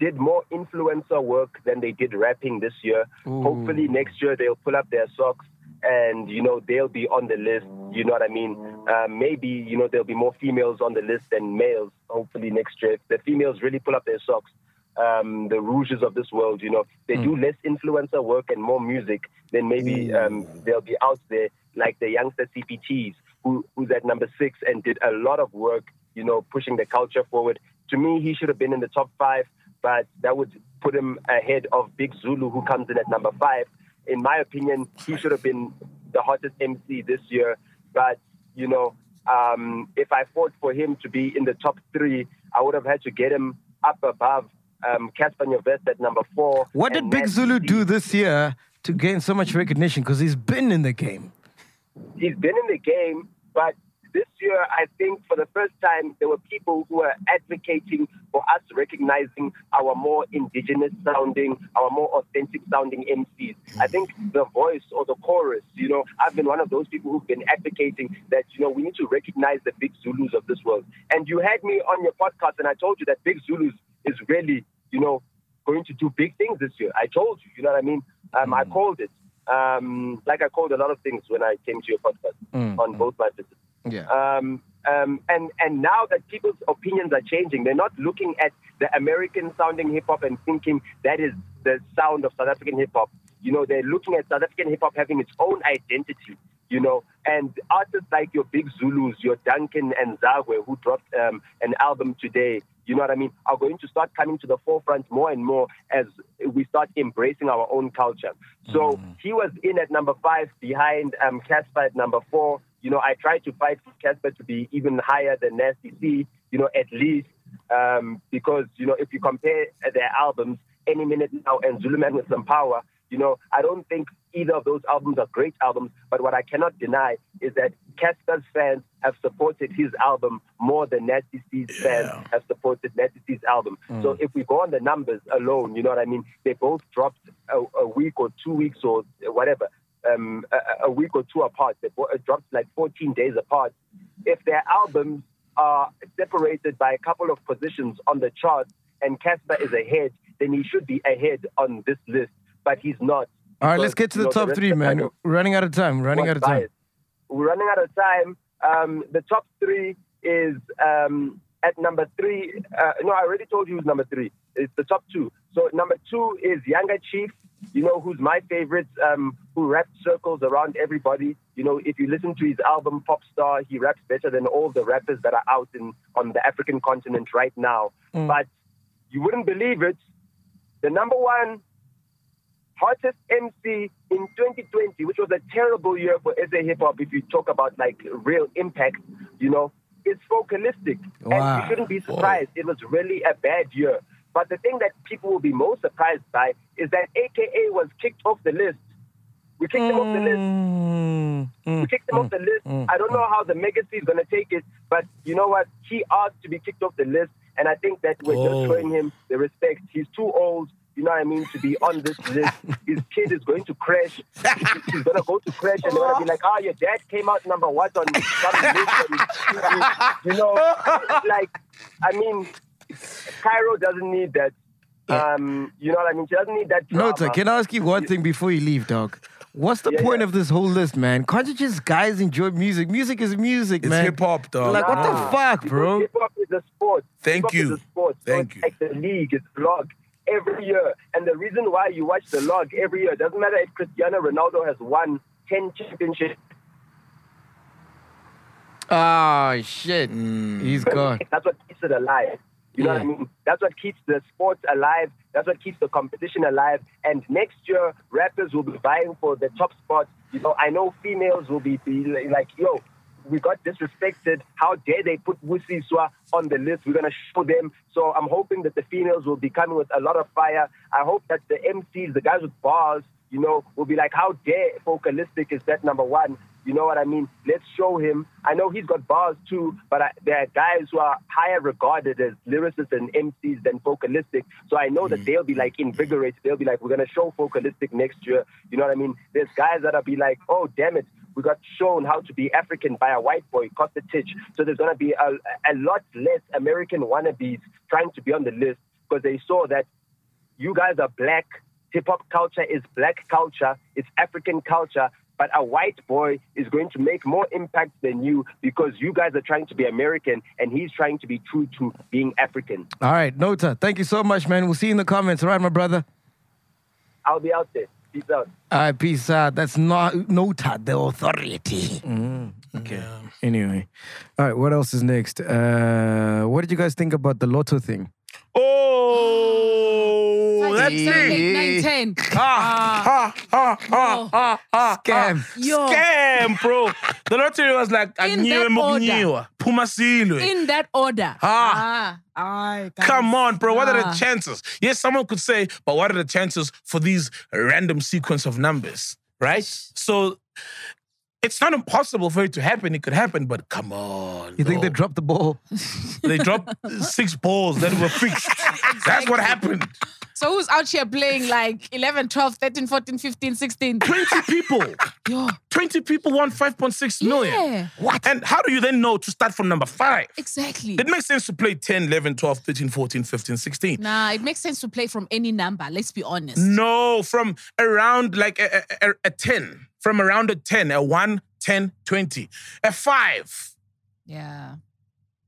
Speaker 5: did more influencer work than they did rapping this year. Hopefully next year they'll pull up their socks and you know they'll be on the list. You know what I mean? Uh, maybe you know there'll be more females on the list than males. Hopefully next year, if the females really pull up their socks, um, the rouges of this world, you know, they do less influencer work and more music. Then maybe um, they'll be out there like the youngster CPTs, who who's at number six and did a lot of work. You know, pushing the culture forward. To me, he should have been in the top five, but that would put him ahead of Big Zulu, who comes in at number five. In my opinion, he should have been the hottest MC this year. But, you know, um, if I fought for him to be in the top three, I would have had to get him up above um, Casper Nyovest at number four.
Speaker 3: What did
Speaker 5: and
Speaker 3: Big
Speaker 5: Nas-
Speaker 3: Zulu do this year to gain so much recognition? Because he's been in the game.
Speaker 5: he's been in the game, but this year, I think for the first time, there were people who were advocating for us recognizing our more indigenous sounding, our more authentic sounding MCs. I think the voice or the chorus, you know, I've been one of those people who've been advocating that, you know, we need to recognize the big Zulus of this world. And you had me on your podcast, and I told you that big Zulus is really, you know, going to do big things this year. I told you, you know what I mean? Um, I called it. Um, like I called a lot of things when I came to your podcast
Speaker 3: Mm,
Speaker 5: on both my visits.
Speaker 3: Yeah.
Speaker 5: Um, um, and, and now that people's opinions are changing, they're not looking at the American sounding hip hop and thinking that is the sound of South African hip hop. You know, they're looking at South African hip hop having its own identity, you know, and artists like your Big Zulus, your Duncan and Zagwe, who dropped um, an album today, you know what I mean, are going to start coming to the forefront more and more as we start embracing our own culture. So he was in at number five, behind um, Casper at number four. You know, I tried to fight for Casper to be even higher than Nasty C, you know, at least, um, because, you know, if you compare Uh, their albums, Any Minute Now and Zulu Man with Some Power, you know, I don't think either of those albums are great albums, but what I cannot deny is that Casper's fans have supported his album more than Nasty C's fans have supported Nasty C's album.
Speaker 9: Mm.
Speaker 5: So if we go on the numbers alone, you know what I mean? They both dropped a, a week or two weeks or whatever, um, a, a week or two apart. They bo- uh, dropped like 14 days apart. If their albums are separated by a couple of positions on the chart and Casper is ahead, then he should be ahead on this list, but he's not.
Speaker 3: All right,
Speaker 5: because,
Speaker 3: let's get to
Speaker 5: you
Speaker 3: the
Speaker 5: know,
Speaker 3: top
Speaker 5: rest
Speaker 3: three,
Speaker 5: of the
Speaker 3: man.
Speaker 5: lineup
Speaker 3: We're running out of time. Running
Speaker 5: was
Speaker 3: out of time.
Speaker 5: biased. We're running out of time. Um, the top three is um, at number three. Uh, no, I already told you who's number three. It's the top two. So number two is Younger Chief. You know who's my favorite? Um, who raps circles around everybody. You know, if you listen to his album Pop Star, he raps better than all the rappers that are out in on the African continent right now.
Speaker 3: Mm.
Speaker 5: But you wouldn't believe it. The number one hottest MC in 2020, which was a terrible year for SA hip hop. If you talk about like real impact, you know, it's vocalistic, and
Speaker 9: Wow.
Speaker 5: you shouldn't be surprised. It was really a bad year. But the thing that people will be most surprised by is that AKA was kicked off the list. We kicked him off the list
Speaker 3: Mm,
Speaker 5: we kicked him off the list. I don't know how the legacy is going to take it, but you know what? He asked to be kicked off the list, and I think that we're
Speaker 9: Oh.
Speaker 5: just showing him the respect. He's too old. You know what I mean? To be on this list, his kid is going to crash. He's gonna go to crash, and they're gonna be like, "Ah, your dad came out number one on some list." and You you know, it's like, I mean, Cairo doesn't need that. Um, you know what I mean? She doesn't need that. Drama.
Speaker 3: Nota, can I ask you one thing before you leave, dog? What's the point of this whole list, man? Can't you just guys enjoy music? Music is music,
Speaker 4: It's
Speaker 3: man.
Speaker 4: hip-hop, dog.
Speaker 3: Like, what
Speaker 5: Nah.
Speaker 3: the fuck, bro?
Speaker 5: Hip hop is a sport.
Speaker 4: Thank
Speaker 5: Hip-hop
Speaker 4: you.
Speaker 5: Is a sport. Thank you. Like the league, it's log every year, and the reason why you watch the log every year doesn't matter if Cristiano Ronaldo has won ten championships.
Speaker 3: Oh, shit.
Speaker 4: Mm.
Speaker 3: He's gone.
Speaker 5: That's what keeps it alive. You know what I mean? That's what keeps the sport alive. That's what keeps the competition alive. And next year, rappers will be vying for the top spot. You know, I know females will be, be like, yo, we got disrespected. How dare they put Wusi Swa on the list? We're going to show them. So I'm hoping that the females will be coming with a lot of fire. I hope that the MCs, the guys with bars, you know, will be like, how dare Focalistic is that number one? You know what I mean? Let's show him. I know he's got bars too, but I, there are guys who are higher regarded as lyricists and MCs than Focalistic. So I know that they'll be like invigorated. They'll be like, we're going to show Focalistic next year. You know what I mean? There's guys that'll be like, oh, damn it. We got shown how to be African by a white boy, Titch. So there's going to be a, a lot less American wannabes trying to be on the list because they saw that you guys are black. Hip hop culture is black culture, it's African culture. But a white boy is going to make more impact than you because you guys are trying to be American and he's trying to be true to being African.
Speaker 3: All right, Nota, thank you so much, man. We'll see you in the comments. All right, my brother?
Speaker 5: I'll be out there. Peace out.
Speaker 3: All right, Uh, peace out. That's not Nota, the authority.
Speaker 6: Mm,
Speaker 4: Okay.
Speaker 3: Anyway. All right, what else is next? Uh, what did you guys think about the lotto thing?
Speaker 4: Oh, Let's
Speaker 5: So
Speaker 4: see.
Speaker 5: late nine ten.
Speaker 4: Ah, ah, ah, ah, ah, ah,
Speaker 5: Scam.
Speaker 4: ah.
Speaker 5: Yo.
Speaker 4: Scam, bro. The lottery was like, I
Speaker 5: In
Speaker 4: knew
Speaker 5: that
Speaker 4: him, I
Speaker 5: order.
Speaker 4: knew her. Puma Silwe.
Speaker 5: In that order.
Speaker 4: Ah.
Speaker 5: ah, ah
Speaker 4: Come on, bro. What are the
Speaker 5: Ah.
Speaker 4: chances? Yes, someone could say, but what are the chances for these random sequence of numbers, right? So it's not impossible for it to happen. It could happen, but come on.
Speaker 6: You think
Speaker 4: bro.
Speaker 6: they dropped the ball?
Speaker 4: they dropped six balls that were fixed? That's what happened.
Speaker 5: So who's out here playing like 11, 12, 13, 14, 15, 16?
Speaker 4: 20 people.
Speaker 5: Yo,
Speaker 4: 20 people won 5.6 million.
Speaker 5: Yeah.
Speaker 4: What? And how do you then know to start from number five?
Speaker 5: exactly.
Speaker 4: It makes sense to play 10, 11, 12, 13, 14, 15, 16.
Speaker 5: Nah, it makes sense to play from any number. Let's be honest.
Speaker 4: No, from around like a, a, a, a 10, from around a 10, a 1, 10, 20, a 5,
Speaker 5: Yeah.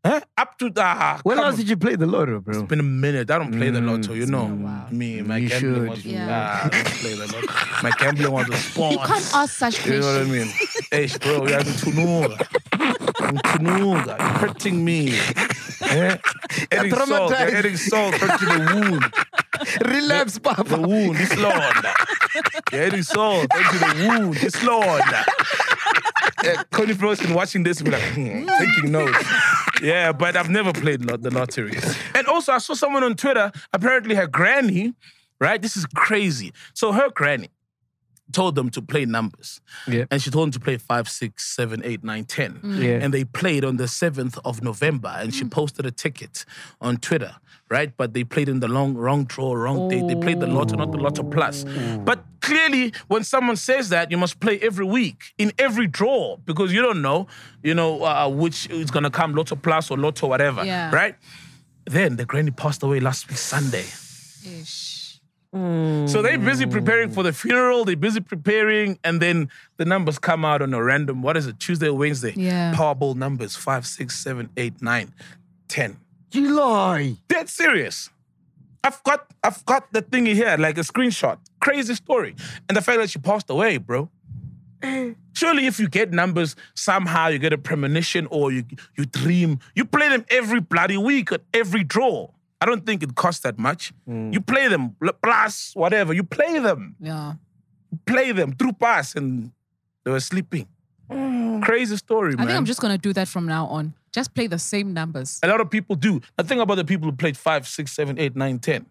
Speaker 4: huh? up to the. ah,
Speaker 6: When last did you play the lotto, bro?
Speaker 4: It's been a minute. I don't play the lotto, you know. Me, my
Speaker 6: You
Speaker 4: gambling
Speaker 6: should.
Speaker 4: was
Speaker 5: Yeah.
Speaker 4: Nah, I don't play the lotto. My gambling was a spawn.
Speaker 5: You can't ask such
Speaker 4: You know what I
Speaker 5: questions.
Speaker 4: mean? Hey, bro, you're Tununga. Tununga, you're hurting me. Eh? Adding salt, you're adding salt to the wound.
Speaker 6: Relapse,
Speaker 4: The
Speaker 6: Papa.
Speaker 4: wound, this Lord. You're adding salt to the wound, this Lord. Uh, Connie Flossin watching this will be like, hmm, taking notes. Yeah, but I've never played lot- the lottery. And also, I saw someone on Twitter, apparently her granny, right? This is crazy. So her granny told them to play numbers.
Speaker 6: Yeah.
Speaker 4: And she told them to play five, six, seven, eight, nine, ten.
Speaker 6: Yeah.
Speaker 4: And they played on the 7th of November and she posted a ticket on Twitter, right? But they played in the long, wrong draw, wrong date. They played the lotto, not the lotto plus. But clearly, when someone says that, you must play every week in every draw because you don't know, you know, uh, which is going to come lotto plus or lotto whatever,
Speaker 5: Yeah.
Speaker 4: right? Then the granny passed away last week, Sunday.
Speaker 5: Ish.
Speaker 4: So they're busy preparing for the funeral. They're busy preparing, and then the numbers come out on a random. What is it? Tuesday or Wednesday?
Speaker 5: Yeah.
Speaker 4: Powerball numbers: five, six, seven, eight, nine, ten.
Speaker 6: July.
Speaker 4: Dead serious. I've got, I've got the thingy here, like a screenshot. Crazy story, and the fact that she passed away, bro. Surely, if you get numbers somehow, you get a premonition or you you dream. You play them every bloody week at every draw. I don't think it costs that much. You play them plus whatever. You play them
Speaker 5: Yeah.
Speaker 4: play them through pass and they were sleeping. Crazy story,
Speaker 5: Mm. I
Speaker 4: man.
Speaker 5: think I'm just gonna do that from now on. Just play the same numbers.
Speaker 4: a lot of people do. I think about the people who played five, six, seven, eight, nine, ten.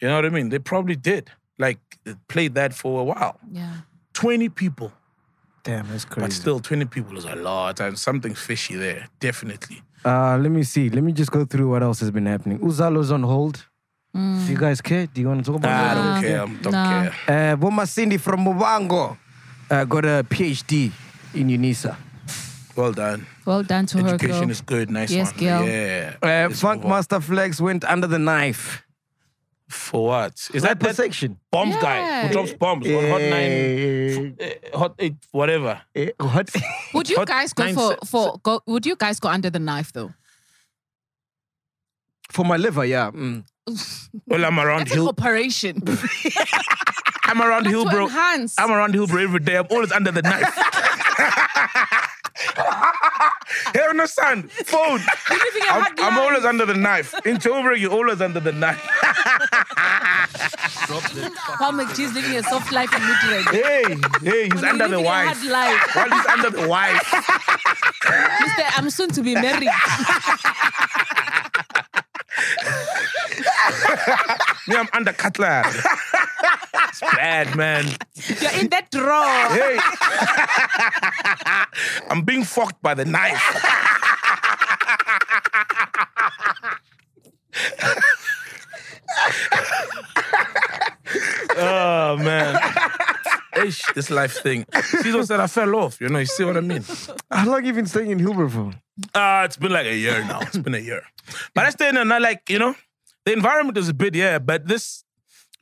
Speaker 4: You know what I mean? They probably did. Like played that for a while.
Speaker 5: Yeah.
Speaker 4: Twenty people,
Speaker 6: Damn, that's crazy.
Speaker 3: Mm.
Speaker 4: but still twenty people is a lot, and something fishy there, definitely.
Speaker 6: Uh, let me see. Let me just go through what else has been happening. Uzalo's on hold. Do you guys care? Do you want to talk about
Speaker 4: Mm. I
Speaker 6: that?
Speaker 4: don't care. I um, don't
Speaker 5: Ah. Nah.
Speaker 4: care.
Speaker 6: Uh, Boma Cindy from Mubango uh, got a PhD in UNISA.
Speaker 4: Well done.
Speaker 5: Well done to her,
Speaker 4: Education
Speaker 5: girl.
Speaker 4: is good. Nice
Speaker 5: Yes,
Speaker 4: one.
Speaker 5: girl.
Speaker 4: Yeah.
Speaker 6: Uh,
Speaker 4: Let's
Speaker 6: Funk
Speaker 4: move on.
Speaker 6: Master Flex went under the knife.
Speaker 4: For what? Is that
Speaker 6: Rapper
Speaker 4: that
Speaker 6: section.
Speaker 4: bomb guy
Speaker 5: Yeah.
Speaker 4: who drops bombs on Hot Nine, uh, Hot Eight, whatever?
Speaker 6: Eh, what?
Speaker 5: Would you
Speaker 4: Hot
Speaker 5: guys go
Speaker 4: nine
Speaker 5: for
Speaker 4: se-
Speaker 5: for go? Would you guys go under the knife though?
Speaker 6: For my liver, yeah. mm.
Speaker 4: Well, I'm around
Speaker 5: That's an
Speaker 4: Hill.
Speaker 5: operation.
Speaker 4: I'm around
Speaker 5: to
Speaker 4: Hillbro.
Speaker 5: enhance.
Speaker 4: I'm around Hillbro every day. I'm always under the knife. Hell no, son. Phone.
Speaker 5: living a
Speaker 4: I'm,
Speaker 5: hard
Speaker 4: I'm
Speaker 5: life.
Speaker 4: always under the knife. In Hillbro, you're always under the knife.
Speaker 5: Paul McGee's living a soft life in Midrand.
Speaker 4: Hey, hey, he's
Speaker 5: When you're
Speaker 4: under the
Speaker 5: living a
Speaker 4: wife.
Speaker 5: hard life.
Speaker 4: While he's under the wife.
Speaker 5: Mister, I'm soon to be married.
Speaker 4: Me, I'm under Cutler. It's bad, man.
Speaker 5: You're in that drawer.
Speaker 4: Hey. I'm being fucked by the knife. oh man. Ish, this life thing. Caesar said I fell off. You know, you see what I mean?
Speaker 6: How long have you been staying in Hilbert for?
Speaker 4: Uh, it's been like a year now. It's been a year. But I stay in another, like, you know, the environment is a bit, yeah, but this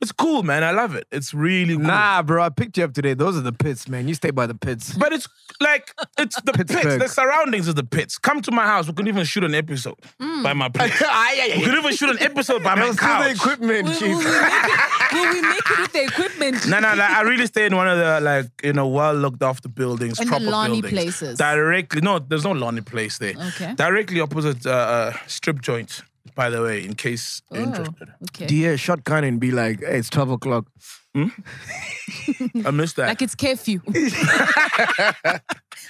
Speaker 4: it's cool, man. I love it. It's really cool.
Speaker 6: Nah, bro, I picked you up today. Those are the pits, man. You stay by the pits.
Speaker 4: But it's like it's the pits.
Speaker 6: Pittsburgh.
Speaker 4: The surroundings of the pits. Come to my house. We could even shoot an episode
Speaker 5: Mm.
Speaker 4: by my place.
Speaker 5: Ah,
Speaker 4: We could even shoot an episode by my
Speaker 6: They'll steal the
Speaker 4: couch.
Speaker 6: equipment,
Speaker 5: Will, will
Speaker 6: chief.
Speaker 5: we make it, will we make it with the equipment?
Speaker 4: No, no, like, I really stay in one of the like you know well looked after buildings,
Speaker 5: In the
Speaker 4: proper
Speaker 5: lawny
Speaker 4: buildings.
Speaker 5: places.
Speaker 4: Directly, no, there's no lawny place there.
Speaker 5: Okay.
Speaker 4: Directly opposite uh, uh, strip joint. by the way, in case you're
Speaker 5: Oh,
Speaker 4: interested.
Speaker 5: Okay.
Speaker 3: Dear shotgun and be like, hey, it's 12 o'clock.
Speaker 4: I missed that.
Speaker 5: like it's curfew.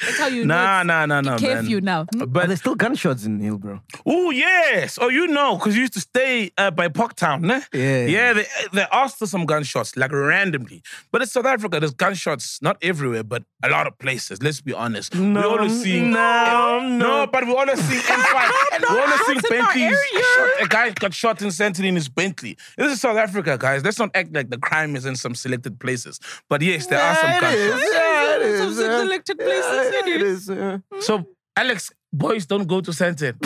Speaker 5: That's how you
Speaker 4: nah, nah,
Speaker 5: know.
Speaker 4: nah, nah,
Speaker 5: it's curfew
Speaker 4: man.
Speaker 5: now. Hmm?
Speaker 3: But
Speaker 4: But
Speaker 3: there's still gunshots in Hill, bro.
Speaker 4: Oh yes. Oh, you know, because you used to stay uh, by Parktown, ne?
Speaker 3: Yeah.
Speaker 4: Yeah, they, uh, they asked for some gunshots, like randomly. But it's South Africa, there's gunshots, not everywhere, but a lot of places. Let's be honest. we always seeing. No, no. but we always seeing M5. we always seeing
Speaker 5: in our
Speaker 4: Bentleys.
Speaker 5: area.
Speaker 4: Shot, a guy got shot in Sentinel in his Bentley. This is South Africa, guys. Let's not act like the crime is in some selected places. But yes, there are some gunshots.
Speaker 3: Yeah, it
Speaker 5: Some
Speaker 6: uh,
Speaker 3: is. yeah.
Speaker 5: selected places,
Speaker 3: Yeah,
Speaker 5: it
Speaker 3: it
Speaker 5: is.
Speaker 3: is. yeah.
Speaker 4: So, Alex, boys don't go to Sentinel.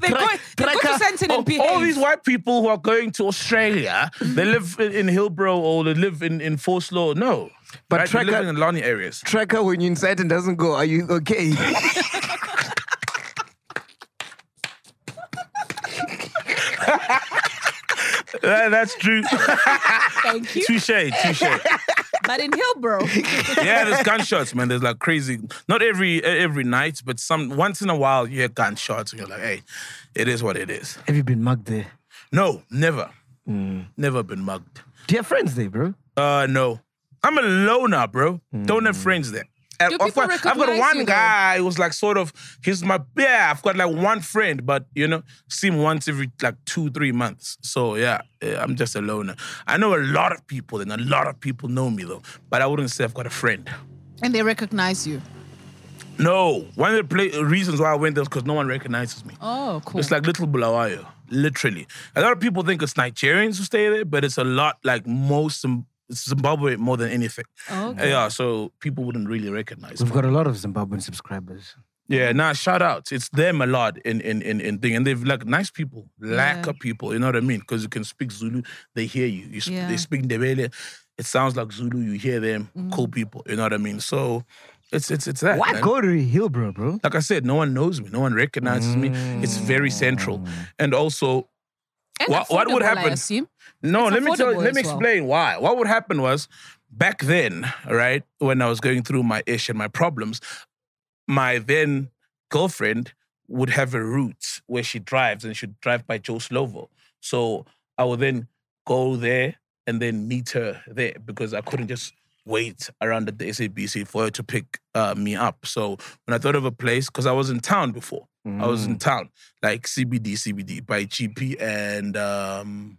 Speaker 5: They go, they go to
Speaker 3: Tracker.
Speaker 5: Sentinel and
Speaker 4: all, all
Speaker 5: behave.
Speaker 4: these white people who are going to Australia, they live in, in Hillbrow or they live in, in Force Law. No.
Speaker 3: But
Speaker 4: right? they live
Speaker 3: Tracker-
Speaker 4: in the Lani areas.
Speaker 3: Tracker, when you inside and doesn't go, are you okay?
Speaker 4: Yeah, that's true.
Speaker 5: Thank you.
Speaker 4: touche, touche.
Speaker 5: But in Hillbrow,
Speaker 4: Yeah, there's gunshots, man. There's like crazy. Not every eh, every night, but some once in a while you hear gunshots and you're like, hey, it is what it is.
Speaker 3: Have you been mugged there?
Speaker 4: No, never. Never been mugged.
Speaker 3: Do you have friends there, bro?
Speaker 4: Uh, no. I'm a loner, bro. Don't have friends there. And
Speaker 5: people
Speaker 4: of course, I've got
Speaker 5: recognize
Speaker 4: one
Speaker 5: you, though?
Speaker 4: guy who's like sort of he's my yeah. I've got like one friend, but you know, see him once every like two three months. So yeah, eh, I'm just a loner. I know a lot of people, and a lot of people know me though. But I wouldn't say I've got a friend.
Speaker 5: and they recognize you.
Speaker 4: No, one of the pla- reasons why I went there because no one recognizes me.
Speaker 5: Oh, cool.
Speaker 4: It's like little Bulawayo, literally. A lot of people think it's Nigerians who stay there, but it's a lot like most Zim- Zimbabwe more than anything.
Speaker 5: Oh, Okay.
Speaker 4: Yeah, so people wouldn't really recognize.
Speaker 3: We've
Speaker 4: Them.
Speaker 3: got a lot of Zimbabwean subscribers.
Speaker 4: Yeah, nah, shout out. It's them a lot in in in, in thing, and they've like nice people, lack
Speaker 5: Yeah.
Speaker 4: of people. You know what I mean? Because you can speak Zulu, they hear you. You sp-
Speaker 5: Yeah. Mm-hmm.
Speaker 4: they speak Ndebele, it sounds like Zulu. You hear them, cool people. You know what I mean? So, it's it's it's that.
Speaker 3: Why
Speaker 4: man.
Speaker 3: go to Hillbrow, bro?
Speaker 4: Like I said, no one knows me. No one recognizes me. It's very central, and also
Speaker 5: And
Speaker 4: what- what would
Speaker 5: affordable, I
Speaker 4: happen?
Speaker 5: assume.
Speaker 4: No,
Speaker 5: It's
Speaker 4: let me tell.
Speaker 5: affordable
Speaker 4: Let me
Speaker 5: as well.
Speaker 4: explain why. What would happen was back then, right when I was going through my ish and my problems, my then girlfriend would have a route where she drives, and she'd drive by Joe Slovo. So I would then go there and then meet her there because I couldn't just wait around at the SABC for her to pick uh, me up. So when I thought of a place, because I was in town before, I was in town, like CBD, CBD by GP and um,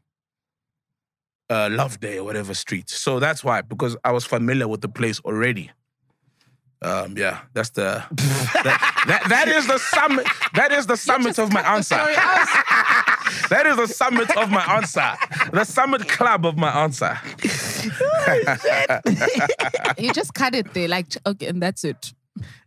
Speaker 4: uh, Love Day or whatever street. So that's why, because I was familiar with the place already. Um, yeah, that's the that, that, that is the summit. That is the summit of my answer. that is the summit of my answer. The summit club of my answer.
Speaker 5: You just cut it there, like okay, and that's it.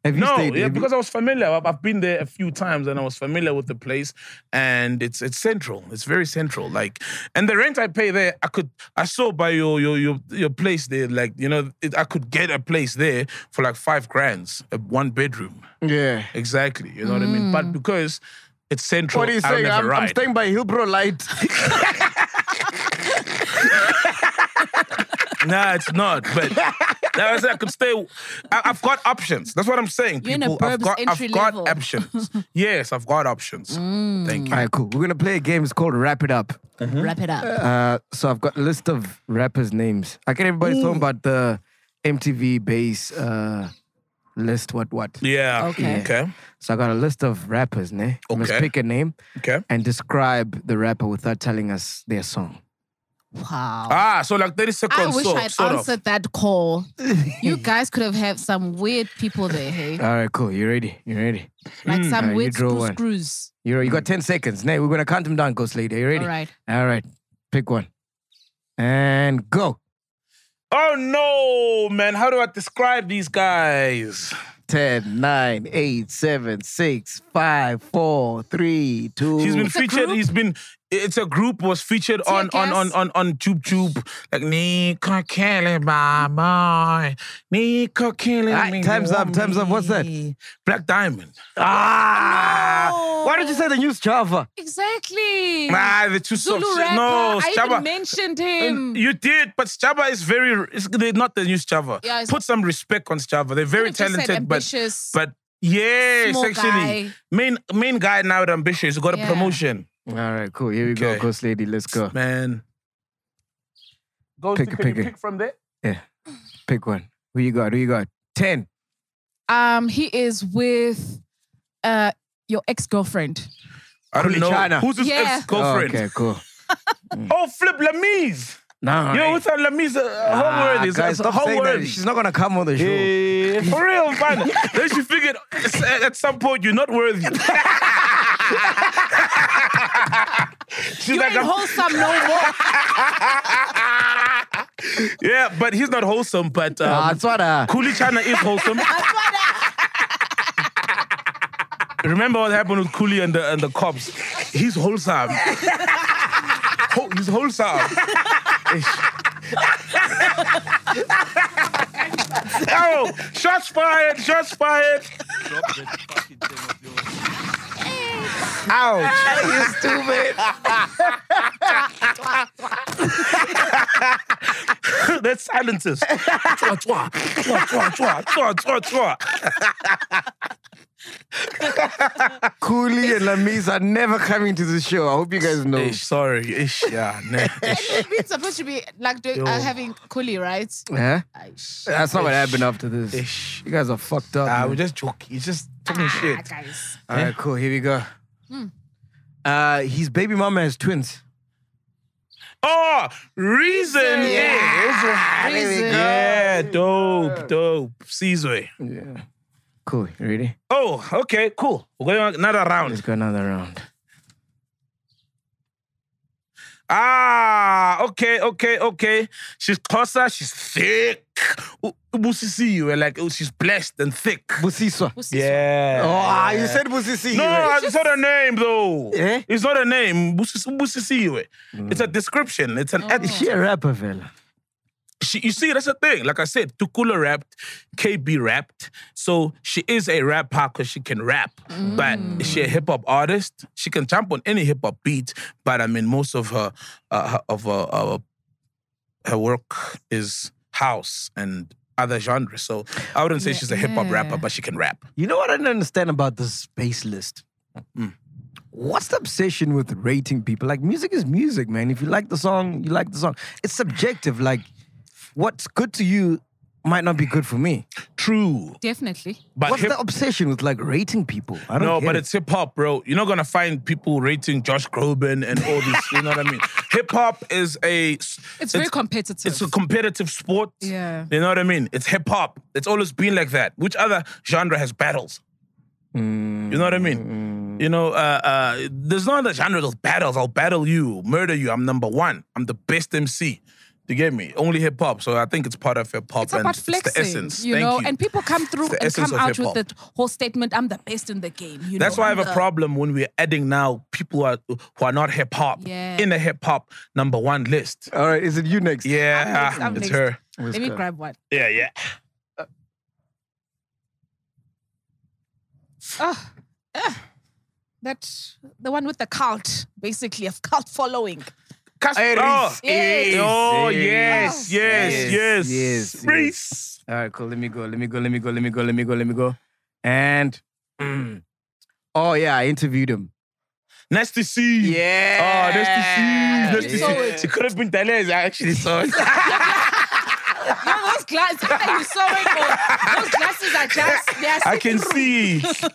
Speaker 3: Have you
Speaker 4: No,
Speaker 3: stayed?
Speaker 4: yeah,
Speaker 3: have you-
Speaker 4: because I was familiar. I've, I've been there a few times and I was familiar with the place and it's it's central. It's very central. Like and the rent I pay there, I could I saw by your your your, your place there, like, you know, it, I could get a place there for like five grands, a one bedroom.
Speaker 3: yeah.
Speaker 4: Exactly. You know what I mean? But
Speaker 5: Mm.
Speaker 4: because it's central,
Speaker 3: What are you
Speaker 4: I'll
Speaker 3: saying?
Speaker 4: never
Speaker 3: I'm, I'm
Speaker 4: ride.
Speaker 3: staying by Hillbrow Light.
Speaker 4: Nah, it's not. But that was, I could stay. I, I've got options. That's what I'm saying.
Speaker 5: You're in a
Speaker 4: people. I've
Speaker 5: burbs
Speaker 4: got,
Speaker 5: entry
Speaker 4: I've got
Speaker 5: level. Mm.
Speaker 4: options. yes, I've got options. Thank you.
Speaker 3: All right, cool. We're gonna play a game. It's called Wrap It Up.
Speaker 4: Mm-hmm.
Speaker 5: Wrap it up.
Speaker 3: Uh, so I've got a list of rappers' names. I get everybody's talking about the MTV base uh, list. What what?
Speaker 4: Yeah.
Speaker 5: Okay.
Speaker 4: Okay.
Speaker 3: So I got a list of rappers. Ne? We must
Speaker 4: Okay.
Speaker 3: pick a name
Speaker 4: Okay.
Speaker 3: and describe the rapper without telling us their song.
Speaker 5: Wow.
Speaker 4: Ah, so like 30
Speaker 5: I
Speaker 4: seconds.
Speaker 5: wish
Speaker 4: so,
Speaker 5: I'd
Speaker 4: sort
Speaker 5: answered
Speaker 4: of.
Speaker 5: that call. you guys could have had some weird people there, hey?
Speaker 4: Mm.
Speaker 3: All right, cool. You ready? You ready?
Speaker 5: Like
Speaker 3: Alright,
Speaker 5: some
Speaker 3: Ah, you
Speaker 5: weird
Speaker 3: draw
Speaker 5: screw
Speaker 3: one.
Speaker 5: screws.
Speaker 3: You you
Speaker 4: Mm.
Speaker 3: got ten seconds. Ne? We're gonna count them down, Ghost Lady. You ready?
Speaker 5: All right.
Speaker 3: All right. Pick one and go.
Speaker 4: Oh no, man. How do I describe these guys?
Speaker 3: 10, 9, 8, 7, 6, 5, 4, 3, 2.
Speaker 4: He's been
Speaker 5: a
Speaker 4: featured.
Speaker 5: group?
Speaker 4: He's been. It's a group was featured on on, on
Speaker 5: gas?
Speaker 4: on on Tube Tube. Like Nico killing my boy, Nico killing
Speaker 3: Aight,
Speaker 4: me.
Speaker 3: time's up, time's up. What's that?
Speaker 4: woman. Black Diamond.
Speaker 3: Ah! Why did you say the news Java?
Speaker 5: Exactly.
Speaker 4: Ah, the two soft.
Speaker 5: Zulu
Speaker 4: shit.
Speaker 5: rapper.
Speaker 4: No,
Speaker 5: I even
Speaker 4: Chaba.
Speaker 5: mentioned him.
Speaker 4: You did, but Chaba is very. It's, they're not the new Chava.
Speaker 5: Yeah, it's-
Speaker 4: Put some respect on Chava. They're very
Speaker 5: Could've just said
Speaker 4: talented, but
Speaker 5: ambitious.
Speaker 4: but Yes,
Speaker 5: Small
Speaker 4: actually.
Speaker 5: guy.
Speaker 4: Main main guy now with ambitious got
Speaker 5: Yeah.
Speaker 4: a promotion.
Speaker 3: All right, cool. Here we go,
Speaker 4: Okay.
Speaker 3: Ghost Lady. Let's go.
Speaker 4: Man. Go
Speaker 3: Pick-
Speaker 4: can you
Speaker 3: pick it.
Speaker 4: pick from there?
Speaker 3: Yeah. Pick one. Who you got? Who you got? 10.
Speaker 5: Um, he is with uh your ex girlfriend.
Speaker 4: I don't
Speaker 3: Kuli
Speaker 4: know.
Speaker 3: China.
Speaker 4: Who's his
Speaker 5: Yeah.
Speaker 4: ex-girlfriend?
Speaker 3: Oh, okay, cool.
Speaker 4: Oh, Flip Lamise.
Speaker 3: Nah.
Speaker 4: You know, without Lamise, uh, homeworthy.
Speaker 3: Ah, guys,
Speaker 4: It's- it's
Speaker 3: stop saying that.
Speaker 4: homeworthy.
Speaker 3: She's not going to come on the show.
Speaker 4: Yeah, for real, man. then she figured s- at some point you're not worthy. She's
Speaker 5: You ain't
Speaker 4: "I'm-"
Speaker 5: wholesome no more.
Speaker 4: yeah, but he's not wholesome. But um,
Speaker 3: Ah, that's what I.
Speaker 4: Kuli China is wholesome. Remember what happened with Cooley and the and the cops? He's wholesome. Ho- he's wholesome. oh, shots fired! Shots fired! Ouch! You stupid. That's silences. Chwa, chwa, chwa, chwa, chwa, chwa, chwa, chwa.
Speaker 3: Cooley and Lamise are never coming to the show. I hope you guys know.
Speaker 4: Ish, sorry. Ish, yeah. Nah, ish.
Speaker 5: We're supposed to be like doing, uh,
Speaker 4: Yo.
Speaker 5: having coolie, right?
Speaker 3: Huh?
Speaker 5: Ay, sh-
Speaker 3: That's not what happened after this.
Speaker 4: Ish.
Speaker 3: You guys are fucked up.
Speaker 4: Nah,
Speaker 3: man.
Speaker 4: we're just joking. It's just talking
Speaker 5: Ah,
Speaker 4: shit.
Speaker 5: guys.
Speaker 3: All right, cool. Here we go. Uh, his baby mama has twins.
Speaker 4: Oh, reason. Yeah,
Speaker 5: Reason.
Speaker 4: yeah dope, dope. Seasway.
Speaker 3: Yeah. Cool. You ready?
Speaker 4: Oh, okay, cool. We're going on another
Speaker 3: Let's
Speaker 4: round.
Speaker 3: go another round.
Speaker 4: Ah, okay, okay, okay. She's closer, she's thick. U- Ubusisi, you were like, oh, she's blessed and thick.
Speaker 3: Busiswa.
Speaker 5: Who's this
Speaker 3: Oh,
Speaker 4: Yeah.
Speaker 3: ah, you said Busisi.
Speaker 4: No,
Speaker 3: right?
Speaker 4: it's not a name though.
Speaker 3: Eh?
Speaker 4: It's not a name. Busis- Busisiwe. It's a description. It's an
Speaker 3: Is
Speaker 4: adjective.
Speaker 3: she a rapper, fella?
Speaker 4: she, you see, that's the thing. Like I said, Tukula rapped, KB rapped. So she is a rapper because she can rap. But she a hip hop artist. She can jump on any hip hop beat. But I mean, most of her uh, her- of her, uh, her work is house and other genres. So I wouldn't say she's a hip hop rapper, but she can rap.
Speaker 3: You know what I don't understand about this space list?
Speaker 4: Mm.
Speaker 3: What's the obsession with rating people? Like, music is music, man. If you like the song, you like the song. It's subjective. Like, what's good to you might not be good for me.
Speaker 4: True,
Speaker 5: Definitely.
Speaker 4: but
Speaker 3: What's
Speaker 4: hip-
Speaker 3: the obsession with like rating people? I don't
Speaker 4: no,
Speaker 3: get
Speaker 4: but
Speaker 3: it.
Speaker 4: it's hip hop, bro. You're not gonna find people rating Josh Groban and all this. you know what I mean? Hip hop is a it's,
Speaker 5: It's, very competitive.
Speaker 4: It's a competitive sport.
Speaker 5: Yeah.
Speaker 4: You know what I mean? It's hip hop. It's always been like that. Which other genre has battles? You know what I mean? You know, uh, uh, there's no other genre that's battles. I'll battle you, murder you. I'm number one. I'm the best MC. Do you get me? Only hip hop. So I think it's part of hip hop.
Speaker 5: It's about flexing,
Speaker 4: It's the essence.
Speaker 5: you
Speaker 4: Thank
Speaker 5: know,
Speaker 4: you.
Speaker 5: and people come through
Speaker 4: the
Speaker 5: and
Speaker 4: essence
Speaker 5: come
Speaker 4: of
Speaker 5: out with
Speaker 4: hip-hop.
Speaker 5: the whole statement, "I'm the best in the game." You
Speaker 4: That's
Speaker 5: know, Uh,
Speaker 4: why I
Speaker 5: I'm
Speaker 4: have a
Speaker 5: the-
Speaker 4: problem when we're adding now people who are, who are not hip hop
Speaker 5: Yeah.
Speaker 4: in the hip hop number one list.
Speaker 3: All right, is it you next?
Speaker 4: Yeah,
Speaker 5: next, I'm
Speaker 4: it's
Speaker 5: next.
Speaker 4: her.
Speaker 5: Let me grab one.
Speaker 4: Yeah, yeah.
Speaker 5: Oh, that the one with the cult, basically, of cult following.
Speaker 4: Cas-
Speaker 3: Hey,
Speaker 4: oh,
Speaker 3: Reese.
Speaker 5: Yes.
Speaker 4: oh
Speaker 3: Yes.
Speaker 4: yes, yes,
Speaker 3: Yes,
Speaker 4: yes,
Speaker 3: yes, yes.
Speaker 4: Reese.
Speaker 3: All right, cool. Let me go. Let me go. Let me go. Let me go. Let me go. Let me go. And mm. oh yeah, I interviewed him.
Speaker 4: Nice to see you.
Speaker 3: Yeah.
Speaker 4: Oh, nice to see you. Nice
Speaker 5: saw
Speaker 4: to see you.
Speaker 5: it.
Speaker 4: She could have been Deleuze. I actually saw it.
Speaker 5: You know, those glasses after you saw it, oh, those glasses are just they are
Speaker 4: I can
Speaker 5: see.
Speaker 4: see.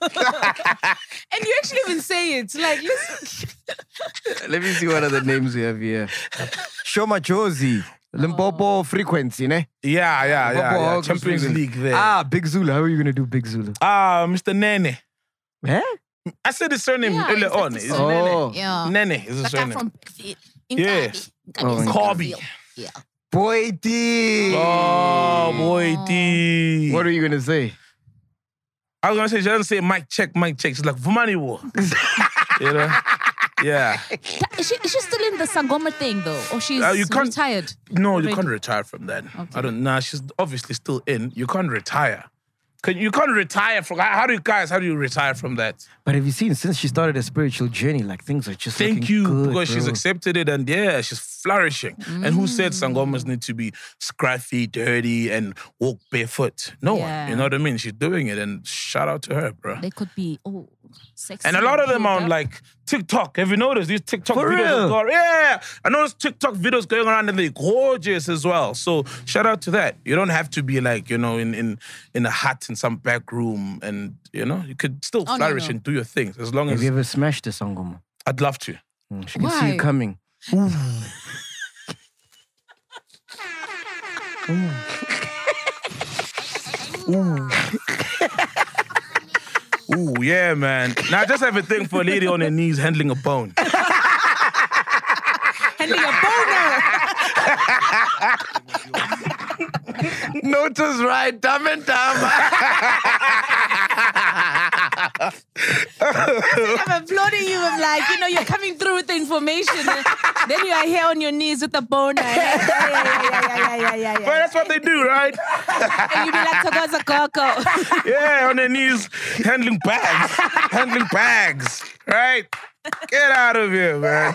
Speaker 5: And you actually even say it like, listen,
Speaker 3: Let me see what other names we have here. Shoma Josie.
Speaker 6: Oh.
Speaker 3: Limpopo frequency, ne?
Speaker 4: Yeah, yeah, yeah.
Speaker 3: Limpopo
Speaker 4: yeah.
Speaker 3: Hawks
Speaker 4: Champions
Speaker 3: frequency.
Speaker 4: League there. Ah,
Speaker 3: Ah, Big Zulu. How are you gonna do Big Zulu?
Speaker 4: Mr. Nene.
Speaker 3: Eh?
Speaker 4: I said his surname
Speaker 5: Yeah,
Speaker 4: earlier
Speaker 5: it's
Speaker 4: on.
Speaker 5: his
Speaker 4: It's
Speaker 3: Oh.
Speaker 5: yeah,
Speaker 4: Nene. Nene is his
Speaker 5: like I'm
Speaker 4: surname.
Speaker 5: from in
Speaker 4: Yeah.
Speaker 5: Kabi.
Speaker 3: Oh, yeah.
Speaker 4: Kobe.
Speaker 3: Boy D.
Speaker 4: Oh, boy, D.
Speaker 3: What are you gonna say?
Speaker 4: I was gonna say she doesn't say mic check, mic check. She's like Vumani war. you know? Yeah.
Speaker 5: Is she, is she still in the Sangoma thing though, or she's
Speaker 4: Uh, you can't-
Speaker 5: retired?
Speaker 4: No, you
Speaker 5: Already.
Speaker 4: can't retire from that. I don't. Nah, she's obviously still in. You can't retire. Can, you can't retire from. How how do you guys? How do you retire from that?
Speaker 6: But have you seen since she started a spiritual journey, like things are just
Speaker 4: Thank
Speaker 6: looking
Speaker 4: you
Speaker 6: good,
Speaker 4: because she's
Speaker 6: bro.
Speaker 4: accepted it and yeah, she's flourishing. And who said
Speaker 5: Mm.
Speaker 4: sangomas need to be scruffy, dirty, and walk barefoot? No
Speaker 5: Yeah.
Speaker 4: one. You know what I mean? She's doing it, and shout out to her, bro.
Speaker 5: They could be oh, sexy.
Speaker 4: And a lot of them are on
Speaker 5: built up.
Speaker 4: like TikTok. Have you noticed these TikTok
Speaker 5: For
Speaker 4: videos?
Speaker 5: real?
Speaker 4: are Go, yeah, I noticed TikTok videos going around and they're gorgeous as well. So shout out to that. You don't have to be like you know in in in a hut in some back room, and you know you could still
Speaker 5: Oh, no,
Speaker 4: flourish
Speaker 5: no.
Speaker 4: and do your things as long
Speaker 6: Have
Speaker 4: as
Speaker 6: you ever smashed a sangoma?
Speaker 4: I'd love to.
Speaker 6: She can see
Speaker 5: Why?
Speaker 6: you coming.
Speaker 4: Ooh, yeah, man. Now I just have a thing for a lady on her knees handling a bone.
Speaker 5: handling a boner.
Speaker 3: Notice right, dumb and dumb.
Speaker 5: I'm applauding you. I'm like, you know, you're coming through with the information. then you are here on your knees with a boner. Yeah, yeah, yeah, yeah, yeah, yeah, yeah,
Speaker 4: But
Speaker 5: yeah.
Speaker 4: that's what they do, right?
Speaker 5: And you be like, Togoza Coco.
Speaker 4: Yeah, on their knees, handling bags, handling bags, right? Get out of here, man.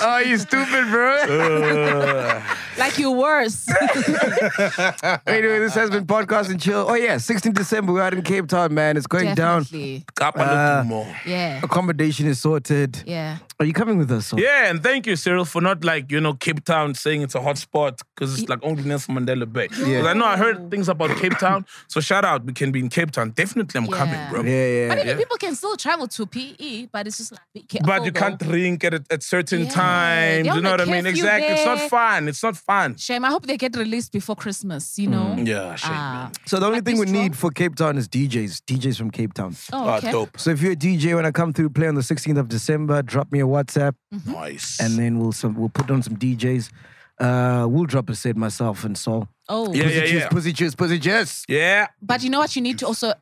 Speaker 3: oh, you stupid, bro.
Speaker 5: like you're worse.
Speaker 3: Anyway, this has been Podcast and Chill. Oh, yeah, 16 December, we're out in Cape Town, man. It's going
Speaker 5: Definitely.
Speaker 4: Kapa
Speaker 3: Uh,
Speaker 4: Lukumo.
Speaker 5: Yeah.
Speaker 3: down. Accommodation is sorted.
Speaker 5: Yeah.
Speaker 6: Are you coming with us? or-
Speaker 4: Yeah, and thank you, Cyril, for not like, you know, Cape Town saying it's a hot spot because it's like only Nelson Mandela Bay. Because I know I
Speaker 5: Oh.
Speaker 4: heard things about Cape Town, so shout out. We can be in Cape Town. Definitely, I'm
Speaker 5: Yeah.
Speaker 4: coming, bro.
Speaker 3: Yeah, yeah.
Speaker 5: But even people can still travel to PE, but it's just like be careful.
Speaker 4: But you
Speaker 5: though.
Speaker 4: can't drink at, at certain
Speaker 5: Oh, Yeah.
Speaker 4: times.
Speaker 5: They're
Speaker 4: You
Speaker 5: on
Speaker 4: know
Speaker 5: the
Speaker 4: what I mean?
Speaker 5: curfew
Speaker 4: Exactly. It's not
Speaker 5: there.
Speaker 4: fun. It's not fun.
Speaker 5: Shame. I hope they get released before Christmas. You know.
Speaker 3: Mm,
Speaker 5: Ah,
Speaker 4: Yeah, shame, man.
Speaker 3: So the only
Speaker 5: At
Speaker 3: thing
Speaker 5: this
Speaker 3: we
Speaker 5: drum?
Speaker 3: need for Cape Town is DJs, DJs from Cape Town.
Speaker 5: Oh,
Speaker 4: Ah,
Speaker 5: okay.
Speaker 4: dope.
Speaker 3: So if you're a DJ when I come through, play on the 16th of December. Drop me a WhatsApp,
Speaker 5: Mm-hmm.
Speaker 4: Nice.
Speaker 3: and
Speaker 4: And
Speaker 3: then we'll some, we'll put on some DJs. Uh, we'll drop a set myself and so.
Speaker 5: Oh,
Speaker 4: Yeah, yeah,
Speaker 3: Pussy juice,
Speaker 4: yeah.
Speaker 3: pussy juice, pussy juice.
Speaker 4: Yeah.
Speaker 5: but you know what? You need to also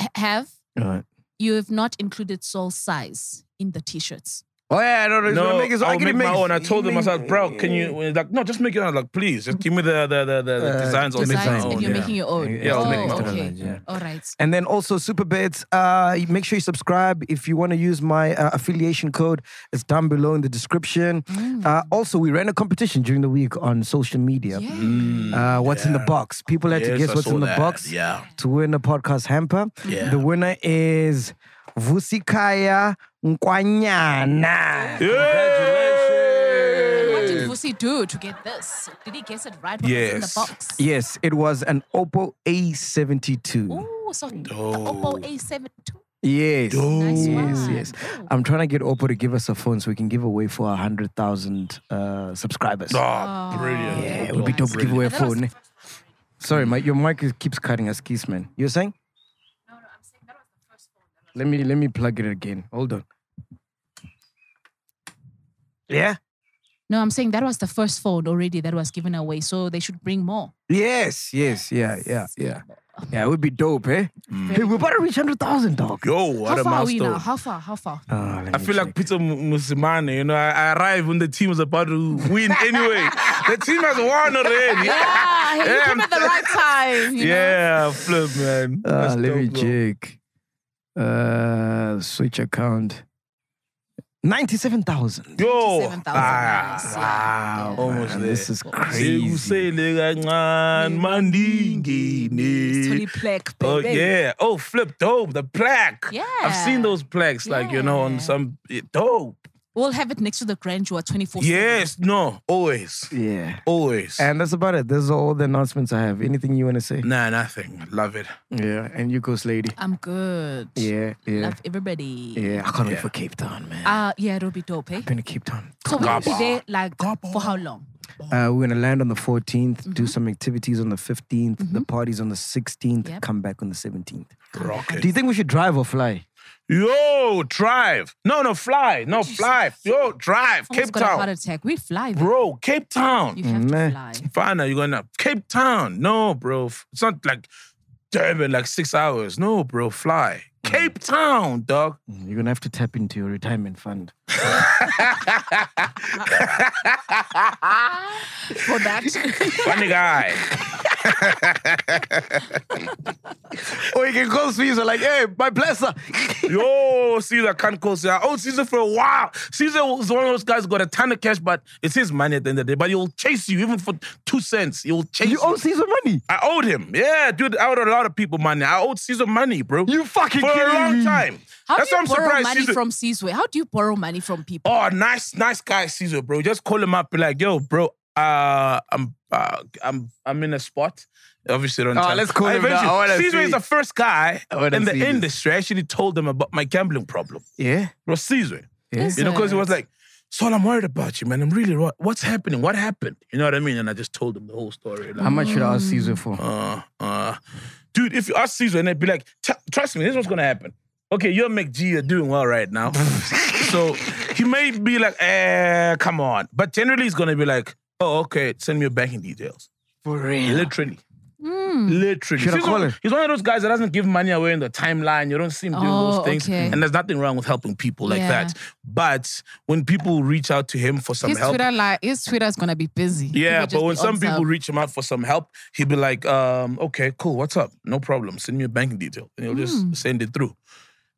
Speaker 5: ha- have.
Speaker 3: All right.
Speaker 5: You have not included soul size in the t-shirts.
Speaker 3: Oh yeah, no, no, he's
Speaker 4: No,
Speaker 3: gonna make his. I
Speaker 4: I'll
Speaker 3: can
Speaker 4: make my
Speaker 3: make-
Speaker 4: own. I told
Speaker 3: he
Speaker 4: them, I
Speaker 3: make-
Speaker 4: said, bro, can you? and he's Like, no, just make your own. Like, please, just give me the the the, the, the
Speaker 3: Uh,
Speaker 4: designs. I'll make my
Speaker 5: Designs,
Speaker 4: own.
Speaker 5: and you're
Speaker 4: yeah.
Speaker 5: making your own.
Speaker 3: Yeah,
Speaker 5: oh,
Speaker 3: I'll make my own.
Speaker 5: okay.
Speaker 3: Yeah.
Speaker 5: All right.
Speaker 3: And then also Superbets. Uh, make sure you subscribe. If you want to use my uh, affiliation code, it's down below in the description. Uh, also, we ran a competition during the week on social media.
Speaker 5: Yeah.
Speaker 3: Uh, what's in the box? People had to
Speaker 4: Mm, Yes,
Speaker 3: guess
Speaker 4: I
Speaker 3: what's
Speaker 4: saw
Speaker 3: in the
Speaker 4: that.
Speaker 3: box
Speaker 4: Yeah.
Speaker 3: to win a podcast hamper.
Speaker 4: Yeah.
Speaker 3: The winner is Vusikaya Nkwanyana. Congratulations.
Speaker 5: What did Vusi do to get this? Did he guess it right when it was
Speaker 4: Yes.
Speaker 5: in the box?
Speaker 3: Yes, it was an Oppo A72.
Speaker 5: Oh, so the
Speaker 4: Oh.
Speaker 5: Oppo A7 II.
Speaker 3: Yes.
Speaker 5: Nice
Speaker 3: yes,
Speaker 5: one.
Speaker 3: yes. I'm trying to get Oppo to give us a phone so we can give away for 100,000 uh, subscribers.
Speaker 4: Oh, brilliant.
Speaker 3: yeah, it would be dope to give away a phone. Sorry, my, your mic is- keeps cutting us, keys, man. You're saying? No, no, I'm saying that was the first phone. Let me let me plug it again. Hold on. Yeah.
Speaker 5: No, I'm saying that was the first phone already that was given away, so they should bring more.
Speaker 3: Yes. Yes. Yeah. Yeah. Yeah. Yeah. It would be dope, eh? Hey, we're about to reach hundred thousand, dog.
Speaker 4: Yo, what
Speaker 5: How
Speaker 4: a
Speaker 5: far are we now?
Speaker 4: milestone.
Speaker 5: How far? How far?
Speaker 3: Ah, let
Speaker 4: I
Speaker 3: me
Speaker 4: feel
Speaker 3: check.
Speaker 4: like Peter M- Musimane, you know, I, I arrived when the team was about to win anyway. the team has won already.
Speaker 5: yeah, hey, you
Speaker 4: Yeah,
Speaker 5: Ah, came at the right time. you know?
Speaker 4: Yeah, flip, man.
Speaker 3: Ah,
Speaker 4: That's
Speaker 3: let me
Speaker 4: dope, bro.
Speaker 3: check. Uh, switch account. Ninety-seven thousand.
Speaker 4: Yo,
Speaker 5: 27,000
Speaker 4: Oh, ah,
Speaker 5: likes, yeah,
Speaker 4: wow,
Speaker 5: yeah.
Speaker 4: almost there.
Speaker 3: This is crazy.
Speaker 5: It's Tony
Speaker 4: crazy.
Speaker 5: Plek,
Speaker 4: Oh
Speaker 5: baby.
Speaker 4: yeah! Oh, flip dope the plaque. I've seen
Speaker 5: Yeah.
Speaker 4: those plaques, like you know, on
Speaker 5: Yeah.
Speaker 4: some dope.
Speaker 5: We'll have it next to the Grand Tour 24
Speaker 4: Yes, no, always,
Speaker 3: Yeah.
Speaker 4: always.
Speaker 3: And that's about it. Those are all the announcements I have. Anything you want to say?
Speaker 4: nah, nothing. Love it.
Speaker 3: Yeah. And you goes, lady.
Speaker 5: I'm good.
Speaker 3: Yeah. Yeah.
Speaker 5: Love everybody.
Speaker 3: Yeah. I can't wait for Cape Town, man.
Speaker 5: Uh, yeah, it'll be dope, eh?
Speaker 3: Been to Cape Town.
Speaker 5: So we'll be there like for how long?
Speaker 3: Uh, we're gonna land on the 14th, do some activities on the 15th. The party's on the 16th.
Speaker 5: Yep.
Speaker 3: Come back on the 17th.
Speaker 4: Rock
Speaker 3: Do
Speaker 4: it.
Speaker 3: you think we should drive or fly?
Speaker 4: Yo, drive. No, no, fly. No, fly. Yo, drive.
Speaker 5: Almost
Speaker 4: Cape
Speaker 5: got a heart
Speaker 4: Town,
Speaker 5: attack. We fly, bro.
Speaker 4: bro. Cape Town.
Speaker 5: You have
Speaker 3: Meh.
Speaker 5: to fly.
Speaker 4: Fine, now you're going up. Cape Town. No, bro. F- It's not like Durban, like six hours. No, bro. Fly.
Speaker 5: Mm.
Speaker 4: Cape Town, dog.
Speaker 3: You're gonna have to tap into your retirement fund.
Speaker 5: For that.
Speaker 4: Funny guy. or you can call Caesar like, hey, my blesser. Yo, Caesar can't call Caesar. Oh, Caesar for a while. Caesar is one of those guys who got a ton of cash, but it's his money at the end of the day. But he'll chase you even for two cents. He'll chase you. You owe
Speaker 10: Caesar money?
Speaker 4: I owed him. Yeah, dude, I owed a lot of people money. I owed Caesar money, bro. You
Speaker 10: fucking
Speaker 4: For a
Speaker 10: kidding
Speaker 4: long
Speaker 10: me.
Speaker 4: time.
Speaker 5: How
Speaker 4: That's
Speaker 5: do
Speaker 4: why
Speaker 5: you
Speaker 4: I'm
Speaker 5: borrow
Speaker 4: surprised
Speaker 5: money
Speaker 4: Caesar-
Speaker 5: from Sizwe? How do you borrow money from people?
Speaker 4: Oh, nice, nice guy, Caesar, bro. Just call him up, be like, yo, bro, uh, I'm, uh, I'm, I'm in a spot. Obviously, don't.
Speaker 3: Oh,
Speaker 4: tell.
Speaker 3: let's call him now. I
Speaker 4: eventually-
Speaker 3: wanna
Speaker 4: Caesar
Speaker 3: see.
Speaker 4: is the first guy
Speaker 3: I wanna
Speaker 4: in the
Speaker 3: see this.
Speaker 4: industry. I actually told him about my gambling problem.
Speaker 10: Yeah.
Speaker 4: It was Caesar.
Speaker 10: Yeah.
Speaker 4: You know, because he was like, Saul, I'm worried about you, man. I'm really worried. What's happening? What happened? You know what I mean? And I just told him the whole story. like,
Speaker 10: How much should I ask Caesar for?
Speaker 4: uh, uh, dude, if you ask Caesar and they'd be like, "T- trust me, this is what's gonna happen. Okay, you and McG are doing well right now. so he may be like, eh, come on. But generally he's gonna be like, oh, okay, send me your banking details.
Speaker 10: For
Speaker 4: Literally.
Speaker 5: Hmm.
Speaker 4: Literally.
Speaker 10: Should I
Speaker 4: He's
Speaker 10: call
Speaker 4: one-
Speaker 10: him?
Speaker 4: He's one of those guys that doesn't give money away in the timeline. You don't see him doing
Speaker 5: Oh,
Speaker 4: those things.
Speaker 5: okay.
Speaker 4: And there's nothing wrong with helping people like
Speaker 5: Yeah.
Speaker 4: that. But when people reach out to him for some
Speaker 5: his
Speaker 4: help,
Speaker 5: Twitter like his Twitter is gonna be busy. He
Speaker 4: yeah,
Speaker 5: will
Speaker 4: but
Speaker 5: just
Speaker 4: when
Speaker 5: be
Speaker 4: some
Speaker 5: on
Speaker 4: people reach him out for some help, he'd be like, um, okay, cool, what's up? No problem. Send me your banking detail. And he'll
Speaker 5: Hmm.
Speaker 4: just send it through.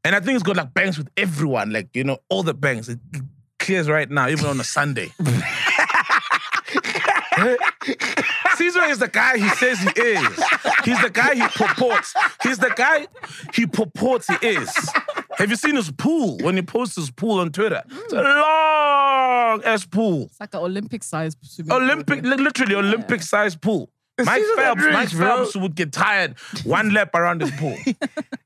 Speaker 4: And I think it's got like banks with everyone, like, you know, all the banks. It clears right now, even on a Sunday. Caesar is the guy he says he is. He's the guy he purports. He's the guy he purports he is. Have you seen his pool when he posts his pool on Twitter? It's a
Speaker 5: Hmm.
Speaker 4: long ass pool.
Speaker 5: It's like an Olympic size swimming pool.
Speaker 4: Olympic, li- literally Olympic sized pool. Mike
Speaker 10: Caesar that
Speaker 4: Phelps,
Speaker 10: rich,
Speaker 4: Mike
Speaker 10: bro?
Speaker 4: Phelps would get tired one lap around his pool.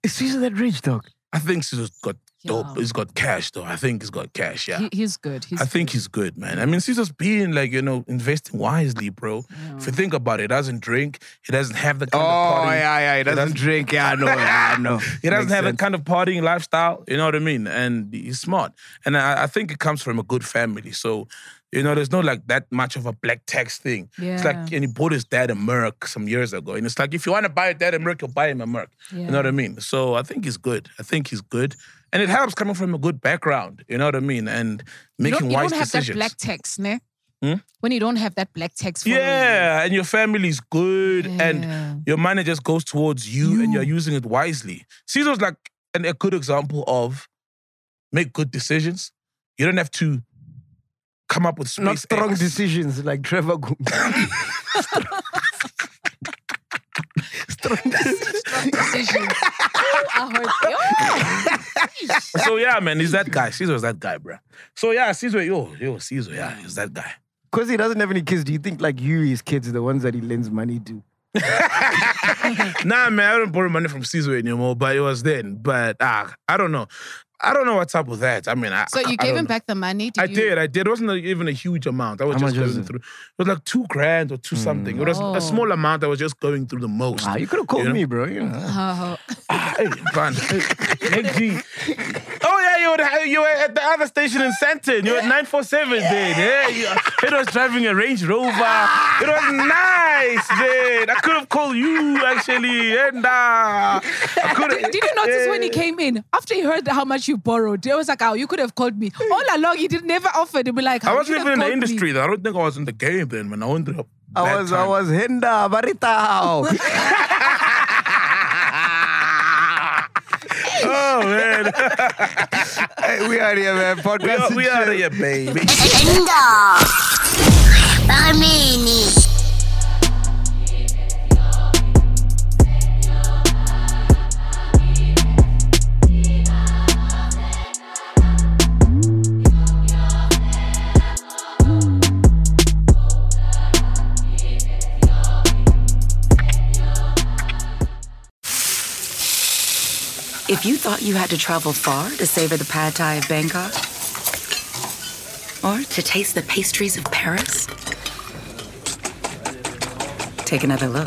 Speaker 10: Is Caesar that rich, dog?
Speaker 4: I think Caesar's got dope.
Speaker 5: Yeah.
Speaker 4: He's got cash though. I think he's got cash. Yeah.
Speaker 5: He- he's good. He's
Speaker 4: I think he's good, man. I mean, Caesar's being like, you know, investing wisely, bro. If you think about it, he doesn't drink. He doesn't have the kind of
Speaker 3: Oh,
Speaker 4: party.
Speaker 3: yeah, yeah. He doesn't drink. Yeah, I know. Yeah, I know.
Speaker 4: He doesn't
Speaker 3: Makes
Speaker 4: have
Speaker 3: sense.
Speaker 4: that kind of partying lifestyle. You know what I mean? And he's smart. And I, I think it comes from a good family. So, you know, there's no like that much of a black tax thing. It's like,
Speaker 5: Yeah.
Speaker 4: and he bought his dad a Merc some years ago. And it's like, if you want to buy your dad a Merc, you'll buy him a Merc. You know what I mean? So I think he's good. I think he's good. And it helps coming from a good background. You know what I mean? And
Speaker 5: you
Speaker 4: making
Speaker 5: don't, you
Speaker 4: wise
Speaker 5: don't have
Speaker 4: decisions. Hmm?
Speaker 5: that black text, ne? When you don't have that black text. following you.
Speaker 4: Yeah, and your family's good,
Speaker 5: Yeah.
Speaker 4: and your money just goes towards you, and you're using it wisely. Caesar's like an, a good example of make good decisions. You don't have to come up with space
Speaker 10: Not strong
Speaker 4: X.
Speaker 10: decisions like Trevor Gomes.
Speaker 5: Decision. I heard. Yeah.
Speaker 4: So yeah, man, he's that guy. Caesar's that guy, bruh. So yeah, Caesar, yo, yo, Caesar, yeah, he's that guy.
Speaker 10: Because he doesn't have any kids, do you think like you, his kids, are the ones that he lends money to?
Speaker 4: nah, man, I don't borrow money from Caesar anymore, but it was then. But ah, I don't know. I don't know what's up with that. I mean, I,
Speaker 5: So
Speaker 4: I-
Speaker 5: you
Speaker 4: I
Speaker 5: gave
Speaker 4: don't
Speaker 5: him
Speaker 4: know.
Speaker 5: back the money? Did
Speaker 4: I
Speaker 5: you?
Speaker 4: did. I did. It wasn't a- even a huge amount. I was
Speaker 10: How
Speaker 4: just
Speaker 10: much was
Speaker 4: going
Speaker 10: it?
Speaker 4: through. It was like two grand or two something. It was
Speaker 5: Oh.
Speaker 4: a small amount. I was just going through the most.
Speaker 10: Ah, you could have called
Speaker 4: know?
Speaker 10: me, bro. You know.
Speaker 5: Oh,
Speaker 4: Ah, hey, man. Hey, Nick G. Oh yeah, you were, you were at the other station in Santon. You were at 947, dude. Yeah, you, it was driving a Range Rover. It was nice, dude. I could have called you actually, and uh, I could.
Speaker 5: Did, did you notice when he came in after he heard how much you borrowed? It was like, oh, you could have called me all along. He did never offered. He'd be like,
Speaker 4: I
Speaker 5: "How
Speaker 4: wasn't
Speaker 5: you
Speaker 4: even in
Speaker 5: could have
Speaker 4: the
Speaker 5: called me?"
Speaker 4: industry. Though. I don't think I was in the game then. When I went through. a
Speaker 10: I
Speaker 4: bad
Speaker 10: was, I
Speaker 4: time.
Speaker 10: was Hinda Baritao.
Speaker 4: Oh man.
Speaker 3: Hey, we out here, man.
Speaker 4: We
Speaker 3: Podcast.
Speaker 4: are, we are here, baby.
Speaker 1: If you thought you had to travel far to savor the pad thai of Bangkok, or to taste the pastries of Paris,
Speaker 11: Take another look.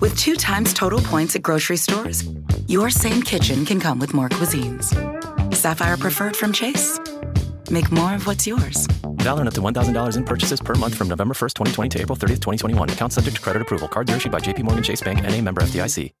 Speaker 1: with two times total points at grocery stores, your same kitchen can come with more cuisines. Sapphire preferred from Chase. Make more of what's yours.
Speaker 2: Valid on up to $1,000 in purchases per month from November 1st, 2020 to April 30th, 2021. Account subject to credit approval. Cards are issued by JPMorgan Chase Bank and a member FDIC.